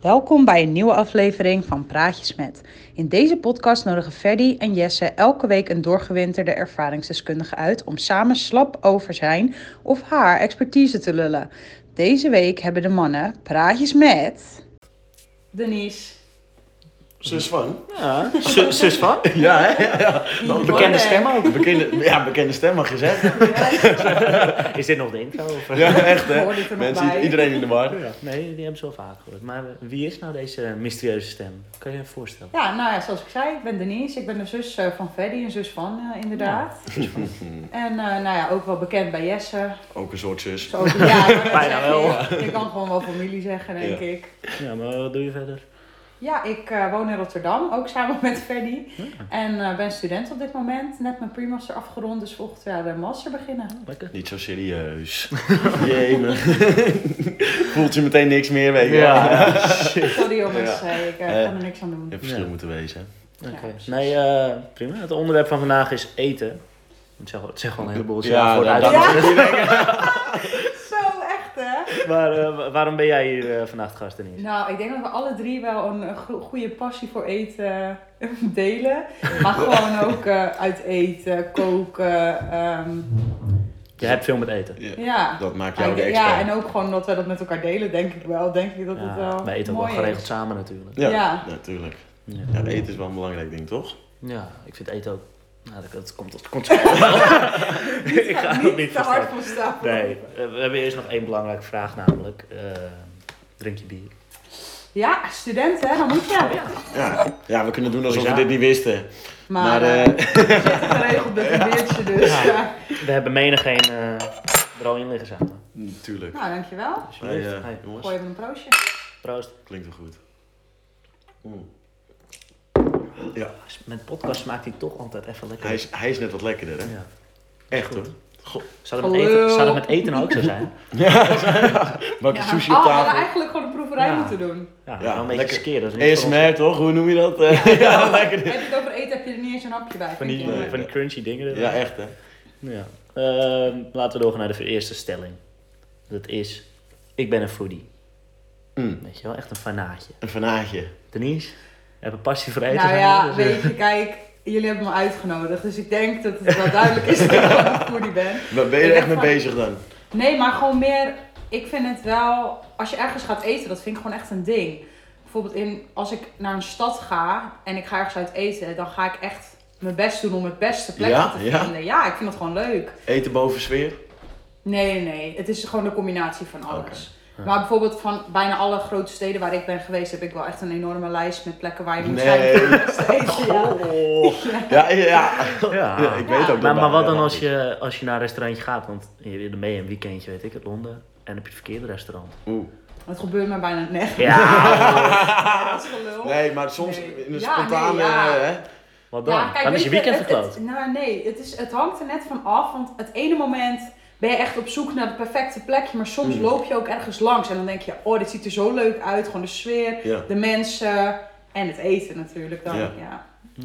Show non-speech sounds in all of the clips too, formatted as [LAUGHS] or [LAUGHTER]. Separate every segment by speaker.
Speaker 1: Welkom bij een nieuwe aflevering van Praatjes met. In deze podcast nodigen Ferdy en Jesse elke week een doorgewinterde ervaringsdeskundige uit om samen slap over zijn of haar expertise te lullen. Deze week hebben de mannen Praatjes met. Denise.
Speaker 2: Zus van?
Speaker 3: Ja, Z- zus van?
Speaker 2: [LAUGHS] Ja, hè? Ja, ja. Nou,
Speaker 1: Worden.
Speaker 3: Bekende stem ook.
Speaker 2: bekende, ja, bekende stem mag je zeggen.
Speaker 3: Is dit nog de intro? Of,
Speaker 2: Ja, echt hè?
Speaker 1: Hoor dit er nog bij?
Speaker 2: Eh, Mensen, iedereen in de war.
Speaker 3: Ja, Nee, die hebben ze al vaak gehoord. Maar eh, wie is nou deze mysterieuze stem? Kan je je voorstellen?
Speaker 1: Ja, nou ja, zoals ik zei, ik ben Denise. Ik ben de zus eh, van Ferdy, een zus van eh, inderdaad. En eh, nou ja, ook wel bekend bij Jesse.
Speaker 2: Ook een soort
Speaker 1: [LAUGHS]
Speaker 2: zus.
Speaker 1: Zo, ja, maar dat
Speaker 3: Bijna
Speaker 1: zeg
Speaker 3: wel.
Speaker 1: Je, je kan gewoon wel familie zeggen, denk
Speaker 2: Ja.
Speaker 1: ik.
Speaker 3: Ja, maar wat doe je verder?
Speaker 1: Ja, ik eh, woon in Rotterdam, ook samen [LAUGHS] met Ferdy. En eh, ben student op dit moment. Net mijn pre-master afgerond, dus volgend jaar de master beginnen.
Speaker 3: Lekker.
Speaker 2: Niet zo serieus. Jee, man. Voelt je meteen niks meer, weet je wel.
Speaker 3: Ja.
Speaker 1: Sorry jongens,
Speaker 2: Ja.
Speaker 1: eh, ik eh,
Speaker 2: Eh.
Speaker 1: kan er niks aan doen.
Speaker 2: Je hebt verschil
Speaker 3: Ja.
Speaker 2: moeten wezen.
Speaker 3: Oké. Nee, eh, prima. Het onderwerp van vandaag is eten. Het zegt wel- het zegt gewoon een heleboel. zinnen voor
Speaker 2: dat-
Speaker 3: het
Speaker 2: dat-
Speaker 3: uit.
Speaker 1: [LAUGHS] Zo echt hè?
Speaker 3: [LAUGHS] Maar eh, wa- waarom ben jij hier eh, vandaag de gast, Denise?
Speaker 1: Nou, ik denk dat we alle drie wel een eh, go- goede passie voor eten eh, [LAUGHS] delen. Maar gewoon ook eh, uit eten, koken. ehm,
Speaker 3: Je hebt veel met eten.
Speaker 2: Ja.
Speaker 1: ja.
Speaker 2: Dat maakt jou de
Speaker 1: Ja,
Speaker 2: expert.
Speaker 1: en ook gewoon dat we dat met elkaar delen, denk ik wel. Denk ik dat het
Speaker 3: Ja,
Speaker 1: wel
Speaker 3: wij eten ook
Speaker 1: mooi
Speaker 3: wel geregeld
Speaker 1: is.
Speaker 3: samen natuurlijk.
Speaker 2: Ja,
Speaker 1: Ja.
Speaker 2: natuurlijk.
Speaker 3: Ja.
Speaker 2: Ja, eten is wel een belangrijk ding, toch?
Speaker 3: Ja, ik vind eten ook... Nou, dat, dat komt tot [LAUGHS]
Speaker 1: Ik ga niet
Speaker 3: ook
Speaker 1: te
Speaker 3: verstaan.
Speaker 1: hard van stapel.
Speaker 3: Nee, eh, we hebben eerst nog één belangrijke vraag namelijk. Eh, drink je bier?
Speaker 1: Ja, studenten, hè, dan moet je.
Speaker 2: Ja, ja we kunnen doen alsof
Speaker 3: Ja.
Speaker 2: we dit niet wisten.
Speaker 1: Maar,
Speaker 2: Maar
Speaker 1: eh
Speaker 2: eh, [LAUGHS]
Speaker 1: geregeld met een biertje dus.
Speaker 3: Ja.
Speaker 1: ja.
Speaker 3: We hebben menigeen eh er al in liggen samen.
Speaker 2: natuurlijk.
Speaker 1: Nou, dankjewel.
Speaker 2: Hey,
Speaker 3: Alsjeblieft.
Speaker 2: mm, eh,
Speaker 3: Hey,
Speaker 2: jongens,
Speaker 1: Gooi even een proosje.
Speaker 3: proost.
Speaker 2: klinkt wel goed. Mm.
Speaker 3: Met podcast smaakt hij toch altijd even lekker.
Speaker 2: Hij is, hij is net wat lekkerder, hè?
Speaker 3: Ja.
Speaker 2: Echt
Speaker 3: Goed.
Speaker 2: hoor.
Speaker 3: Zou, dat met
Speaker 1: Hallo.
Speaker 3: eten, zou dat met eten ook zo zijn?
Speaker 2: Bakje
Speaker 1: Ja.
Speaker 2: sushi
Speaker 1: oh,
Speaker 2: op
Speaker 1: we hadden
Speaker 2: tafel.
Speaker 1: eigenlijk gewoon een proeverij
Speaker 3: Ja.
Speaker 1: moeten
Speaker 3: [LAUGHS]
Speaker 1: doen.
Speaker 3: Ja,
Speaker 2: Ja,
Speaker 3: Ah, wel een beetje
Speaker 2: lekker.
Speaker 3: skeer. Dat is niet voor ons.
Speaker 2: ASMR toch? Hoe noem je dat? Eh, ja, lekker.
Speaker 1: Heb je het over eten, heb je er niet eens een hapje bij.
Speaker 3: Van
Speaker 1: vind
Speaker 3: die,
Speaker 1: ik.
Speaker 2: Nee.
Speaker 3: van die crunchy dingen. erin.
Speaker 2: Ja, echt hè.
Speaker 3: Ja. Ehm, laten we doorgaan naar de eerste stelling. Dat is, ik ben een foodie.
Speaker 2: Mm.
Speaker 3: Weet je wel, echt een fanaatje.
Speaker 2: Een fanaatje.
Speaker 3: Denise, je hebt een passie voor eten.
Speaker 1: Nou
Speaker 3: zijn we,
Speaker 1: ja,
Speaker 3: dus, eh,
Speaker 1: weet je, kijk, jullie hebben me uitgenodigd. Dus ik denk dat het wel duidelijk is [LAUGHS] dat ik wel een foodie ben.
Speaker 2: Waar ben je
Speaker 1: Ik
Speaker 2: er
Speaker 1: heb
Speaker 2: echt mee
Speaker 1: van-
Speaker 2: bezig dan?
Speaker 1: Nee, maar gewoon meer. Ik vind het wel. Als je ergens gaat eten, dat vind ik gewoon echt een ding. Bijvoorbeeld in, als ik naar een stad ga en ik ga ergens uit eten, dan ga ik echt mijn best doen om het beste plekje
Speaker 2: Ja,
Speaker 1: te
Speaker 2: ja.
Speaker 1: vinden. Ja, ik vind dat gewoon leuk.
Speaker 2: Eten boven sfeer?
Speaker 1: Nee, nee, nee. Het is gewoon een combinatie van alles. Maar bijvoorbeeld van bijna alle grote steden waar ik ben geweest, heb ik wel echt een enorme lijst met plekken waar je moet
Speaker 2: Nee.
Speaker 1: zijn. [LAUGHS] om het beste te eten, ja.
Speaker 3: Oh.
Speaker 2: Ja, ja, ja.
Speaker 3: [LAUGHS] Ja.
Speaker 2: Ja, ik weet ook dat
Speaker 3: Ah. Maar, maar
Speaker 2: daar-
Speaker 3: wat
Speaker 2: daar
Speaker 3: dan als
Speaker 2: niet.
Speaker 3: je, als je naar een restaurantje gaat? Want je- dan ben je een weekendje, weet ik het, Londen. En heb je het verkeerde restaurant.
Speaker 2: [LAUGHS] Oeh.
Speaker 1: Dat gebeurt me bijna net.
Speaker 3: Ja.
Speaker 1: dat is gelul.
Speaker 2: Nee, maar soms
Speaker 1: Nee.
Speaker 2: in een
Speaker 1: Ja,
Speaker 2: spontane...
Speaker 1: nee, ja.
Speaker 2: eh, hè?
Speaker 3: Wat dan?
Speaker 1: kijk,
Speaker 3: dan
Speaker 1: weet
Speaker 3: is je weekend
Speaker 1: het-
Speaker 3: verkloot.
Speaker 1: het- Nou nee, het, is, het hangt er net van af. Want het ene moment ben je echt op zoek naar het perfecte plekje. Maar soms
Speaker 2: Hmm.
Speaker 1: loop je ook ergens langs. En dan denk je, oh dit ziet er zo leuk uit. Gewoon de sfeer,
Speaker 2: Ja.
Speaker 1: de mensen en het eten natuurlijk dan. Ja.
Speaker 2: Ja.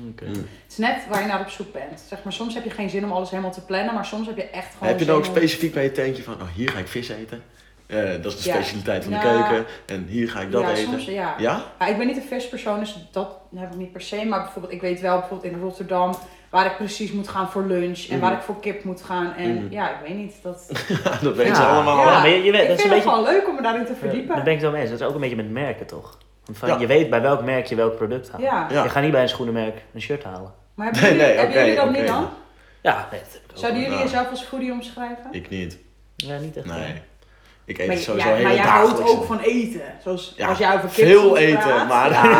Speaker 3: Oké. Eh,
Speaker 2: Mm.
Speaker 1: Het is net waar je naar op zoek bent. Zeg maar, soms heb je geen zin om alles helemaal te plannen. Maar soms heb je echt gewoon
Speaker 2: Heb je dan ook
Speaker 1: zin om-
Speaker 2: specifiek bij je tentje van, oh hier ga ik vis eten. Eh, dat is de
Speaker 1: Ja.
Speaker 2: specialiteit van de
Speaker 1: Ja.
Speaker 2: keuken. En hier ga ik dat
Speaker 1: ja,
Speaker 2: eten.
Speaker 1: Soms, ja.
Speaker 2: Ja? [LAUGHS]
Speaker 1: Ja, ik ben niet een verspersoon, dus dat heb ik niet per se. Maar bijvoorbeeld, ik weet wel bijvoorbeeld in Rotterdam waar ik precies moet gaan voor lunch en
Speaker 2: Mhm.
Speaker 1: waar ik voor kip moet gaan. En
Speaker 2: Mhm.
Speaker 1: ja, ik weet niet. Dat...
Speaker 2: dat weten ze
Speaker 3: Ja.
Speaker 2: allemaal.
Speaker 3: Ja.
Speaker 2: Ja.
Speaker 3: maar je- je weet-
Speaker 1: ik
Speaker 3: dat is
Speaker 1: vind
Speaker 3: een
Speaker 1: het gewoon leuk om me daarin te verdiepen.
Speaker 3: Dan ben ik het wel mee eens. Dat is ook een beetje met merken, toch? Want van,
Speaker 2: Ja.
Speaker 3: Je weet bij welk merk je welk product haalt.
Speaker 1: Ja.
Speaker 2: Ja.
Speaker 3: Je gaat niet bij een schoenenmerk een shirt halen.
Speaker 1: maar hebben jullie,
Speaker 2: [LAUGHS] Nee, nee,
Speaker 1: hebben
Speaker 2: oké,
Speaker 1: jullie dat
Speaker 2: oké.
Speaker 1: niet dan?
Speaker 3: Ja, nee. dat heb ik ook
Speaker 1: Zouden
Speaker 3: wel.
Speaker 1: jullie
Speaker 2: Ja.
Speaker 1: jezelf als foodie omschrijven?
Speaker 2: Ik niet.
Speaker 3: Ja, niet echt.
Speaker 2: Nee. Ik eet
Speaker 1: maar
Speaker 2: het sowieso
Speaker 1: ja,
Speaker 2: heel
Speaker 1: maar jij houdt
Speaker 2: dagelijks.
Speaker 1: ook van eten. Zoals
Speaker 2: Ja,
Speaker 1: als jij over kip
Speaker 2: veel
Speaker 1: soms
Speaker 2: eten,
Speaker 1: praat.
Speaker 2: maar-
Speaker 1: Ja.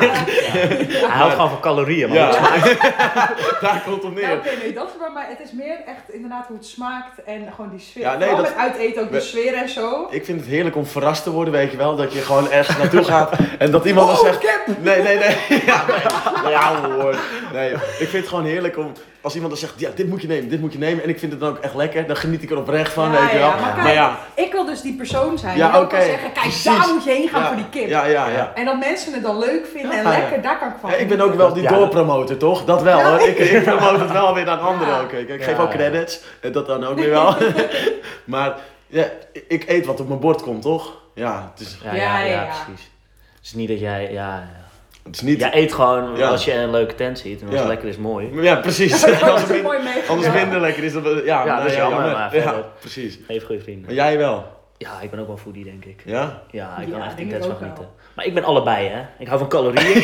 Speaker 3: Hij houdt gewoon van calorieën, man.
Speaker 2: Ja. [LAUGHS] Daar komt het op
Speaker 1: Nou,
Speaker 2: neer.
Speaker 1: Oké, nee, dat is bij mij. Het is meer echt inderdaad hoe het smaakt en gewoon die sfeer.
Speaker 2: Ja, nee,
Speaker 1: Vooral
Speaker 2: dat-
Speaker 1: met uiteten ook de
Speaker 2: We-
Speaker 1: sfeer en zo.
Speaker 2: Ik vind het heerlijk om verrast te worden, weet je wel. Dat je gewoon ergens naartoe gaat en dat iemand dan
Speaker 1: Oh,
Speaker 2: zegt...
Speaker 1: kip!
Speaker 2: Nee, nee, nee. [LAUGHS] Ja, nee. ja hoor. Nee, ik vind het gewoon heerlijk om... Als iemand dan zegt, ja, dit moet je nemen, dit moet je nemen. En ik vind het dan ook echt lekker. Dan geniet ik er oprecht van,
Speaker 1: Ja,
Speaker 2: weet je
Speaker 1: ja,
Speaker 2: wel.
Speaker 1: maar kijk,
Speaker 2: ja.
Speaker 1: Ik wil dus die persoon zijn.
Speaker 2: Ja,
Speaker 1: die ook
Speaker 2: oké.
Speaker 1: kan zeggen, kijk, daar
Speaker 2: Precies.
Speaker 1: moet je heen gaan
Speaker 2: ja,
Speaker 1: voor die kip.
Speaker 2: Ja, ja, ja.
Speaker 1: En dat mensen het dan leuk vinden en
Speaker 2: Ja, ja.
Speaker 1: lekker, daar kan ik van.
Speaker 2: Ja, ik ben ook wel die
Speaker 3: Ja, dat-
Speaker 2: doorpromoter, toch? Dat wel, hoor. Ik, ik promote het wel weer aan anderen
Speaker 1: Ja.
Speaker 2: ook. Ik, ik
Speaker 3: Ja,
Speaker 2: geef ook
Speaker 3: ja.
Speaker 2: credits. En dat dan ook weer
Speaker 3: [LAUGHS]
Speaker 2: wel. maar ja, ik eet wat op mijn bord komt, toch? Ja, het is...
Speaker 3: Ja,
Speaker 1: Ja,
Speaker 3: ja,
Speaker 1: ja,
Speaker 3: ja,
Speaker 1: ja.
Speaker 3: precies. Het is niet dat jij, ja, ja.
Speaker 2: Het is niet...
Speaker 3: jij eet gewoon
Speaker 2: Ja.
Speaker 3: als je een leuke tent ziet en als
Speaker 2: Ja.
Speaker 3: het lekker is mooi.
Speaker 2: Ja,
Speaker 3: [LAUGHS]
Speaker 2: precies. [LAUGHS] Als het min-
Speaker 4: Mooi mee. Ja.
Speaker 2: Anders minder lekker is dat... we- Ja,
Speaker 3: Ja,
Speaker 2: nou
Speaker 3: dat is jammer, maar verder.
Speaker 2: Ja, precies.
Speaker 3: Even goede
Speaker 2: Maar
Speaker 3: vrienden.
Speaker 2: jij wel?
Speaker 3: Ja, ik ben ook wel foodie denk ik.
Speaker 2: Ja?
Speaker 3: Ja, ik
Speaker 4: Ja,
Speaker 3: kan echt
Speaker 4: denk ik
Speaker 3: intens van
Speaker 4: ook wel.
Speaker 3: genieten. Maar ik ben allebei hè. Ik hou van
Speaker 2: [LAUGHS]
Speaker 3: calorieën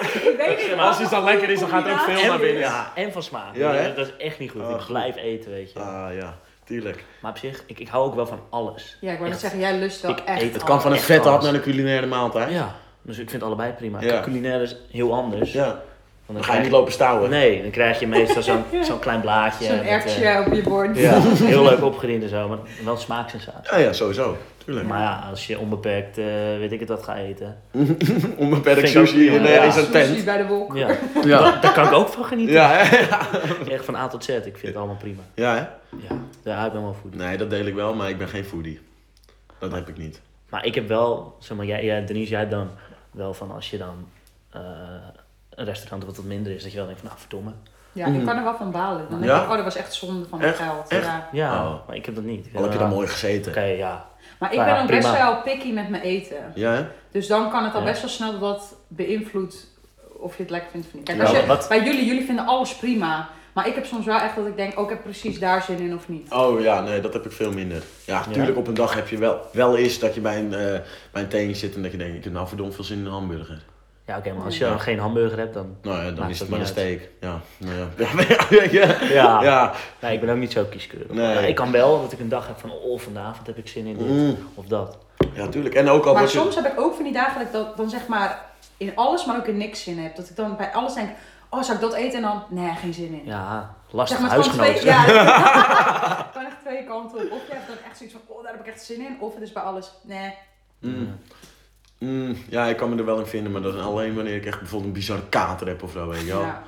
Speaker 4: Ik weet niet.
Speaker 2: Als iets dan lekker is, dan gaat er ook veel naar
Speaker 3: en,
Speaker 2: binnen.
Speaker 3: ja, en van smaak.
Speaker 2: Ja, hè?
Speaker 3: dat is echt niet goed.
Speaker 2: Ah,
Speaker 3: ik blijf eten weet je.
Speaker 2: Ah, ja. Tuurlijk.
Speaker 3: Maar op zich, ik, ik hou ook wel van alles.
Speaker 4: Ja, ik wou net
Speaker 3: Echt.
Speaker 4: zeggen, jij lust wel
Speaker 3: Ik
Speaker 4: echt.
Speaker 3: eet het
Speaker 2: Het kan van een
Speaker 3: Echt
Speaker 2: vette hap
Speaker 3: alles.
Speaker 2: naar een culinaire maaltijd. Ja.
Speaker 3: Ja, dus ik vind allebei prima.
Speaker 2: Ja.
Speaker 3: Culinair is heel anders. Want
Speaker 2: Dan ga je
Speaker 3: krijg-
Speaker 2: niet lopen stouwen.
Speaker 3: Nee, dan krijg je meestal
Speaker 4: [LAUGHS]
Speaker 3: zo'n zo'n klein blaadje.
Speaker 4: Zo'n
Speaker 3: met, eh,
Speaker 4: erwtje op je bord.
Speaker 3: ja, [LAUGHS] heel leuk opgediend en zo, maar wel smaaksensatie.
Speaker 2: Ah, Ja, ja, sowieso. Tuurlijk.
Speaker 3: Maar ja, als je onbeperkt, eh, weet ik het wat, gaat eten.
Speaker 2: Onbeperkt
Speaker 3: Vind ik ook-
Speaker 2: sushi in, eh,
Speaker 3: Ja.
Speaker 2: in zo'n
Speaker 4: Sushi
Speaker 2: tent.
Speaker 4: bij de wolk.
Speaker 3: Ja, [LAUGHS] Da- daar kan ik ook van genieten.
Speaker 2: Ja, hè?
Speaker 3: Echt van A tot Z, ik vind het allemaal prima.
Speaker 2: [LAUGHS] Ja, hè?
Speaker 3: Ja, ja, ik ben wel foodie.
Speaker 2: Nee, dat deel ik wel, maar ik ben geen foodie. Dat heb ik niet.
Speaker 3: Maar ik heb wel, zeg maar, jij, jij, Denise, jij dan wel van als je dan eh, een restaurant wat wat minder is, dat je wel denkt van, nou, verdomme.
Speaker 4: Ja, ik kan er wel van balen. Dan denk
Speaker 2: Mm. Ja?
Speaker 4: ik, oh, dat was echt zonde van
Speaker 2: Echt?
Speaker 4: mijn geld.
Speaker 2: Echt?
Speaker 4: Ja.
Speaker 3: Ja,
Speaker 2: Oh.
Speaker 3: maar ik heb dat niet. Ik
Speaker 2: Al heb je
Speaker 3: dan
Speaker 2: daar mooi gezeten.
Speaker 3: Oké, ja.
Speaker 4: Maar ik
Speaker 3: Nou
Speaker 4: ben
Speaker 3: ja,
Speaker 4: dan best
Speaker 3: prima.
Speaker 4: wel picky met mijn eten.
Speaker 2: Ja, hè?
Speaker 4: Dus dan kan het al
Speaker 3: Ja.
Speaker 4: best wel snel dat dat beïnvloedt of je het lekker vindt of niet. Kijk,
Speaker 2: Ja,
Speaker 4: als je,
Speaker 3: wat-
Speaker 4: bij jullie, jullie vinden alles prima. Maar ik heb soms wel echt dat ik denk, oh, ik heb precies daar zin in of niet.
Speaker 2: Oh ja, nee, dat heb ik veel minder. Ja, tuurlijk op een dag heb je wel, wel eens dat je bij een, eh bij een teentje zit en dat je denkt, ik heb nou verdomd veel zin in een hamburger.
Speaker 3: Ja, oké, maar als je dan geen hamburger hebt, dan...
Speaker 2: Nou ja, dan
Speaker 3: Maakt
Speaker 2: is het
Speaker 3: ook
Speaker 2: maar een
Speaker 3: niet
Speaker 2: steak. Ja, nou ja. [LAUGHS] Ja, ja, ja, ja.
Speaker 3: Ja.
Speaker 2: ja.
Speaker 3: Nee, ik ben ook niet zo kieskeurig.
Speaker 2: Nee.
Speaker 3: Maar ik kan wel dat ik een dag heb van, oh, vanavond heb ik zin in dit
Speaker 2: Mm.
Speaker 3: of dat.
Speaker 2: ja, tuurlijk. En ook al
Speaker 4: Maar
Speaker 2: wordt je-
Speaker 4: soms heb ik ook van die dagen dat ik dat dan zeg maar in alles, maar ook in niks zin heb. Dat ik dan bij alles denk, oh, zou ik dat eten? En dan, nee, geen zin in.
Speaker 3: Ja, lastig
Speaker 4: Zeg maar, het kan
Speaker 3: huisgenoot.
Speaker 4: twee, ja,
Speaker 2: [LAUGHS]
Speaker 4: het kan echt twee kanten op. Of je hebt dan echt zoiets van, oh, daar heb ik echt zin in. Of het is bij alles, nee.
Speaker 2: Mm. Mm, ja, ik kan me er wel in vinden, maar dat is alleen wanneer ik echt bijvoorbeeld een bizarre kater heb of zo, weet je wel. Ja.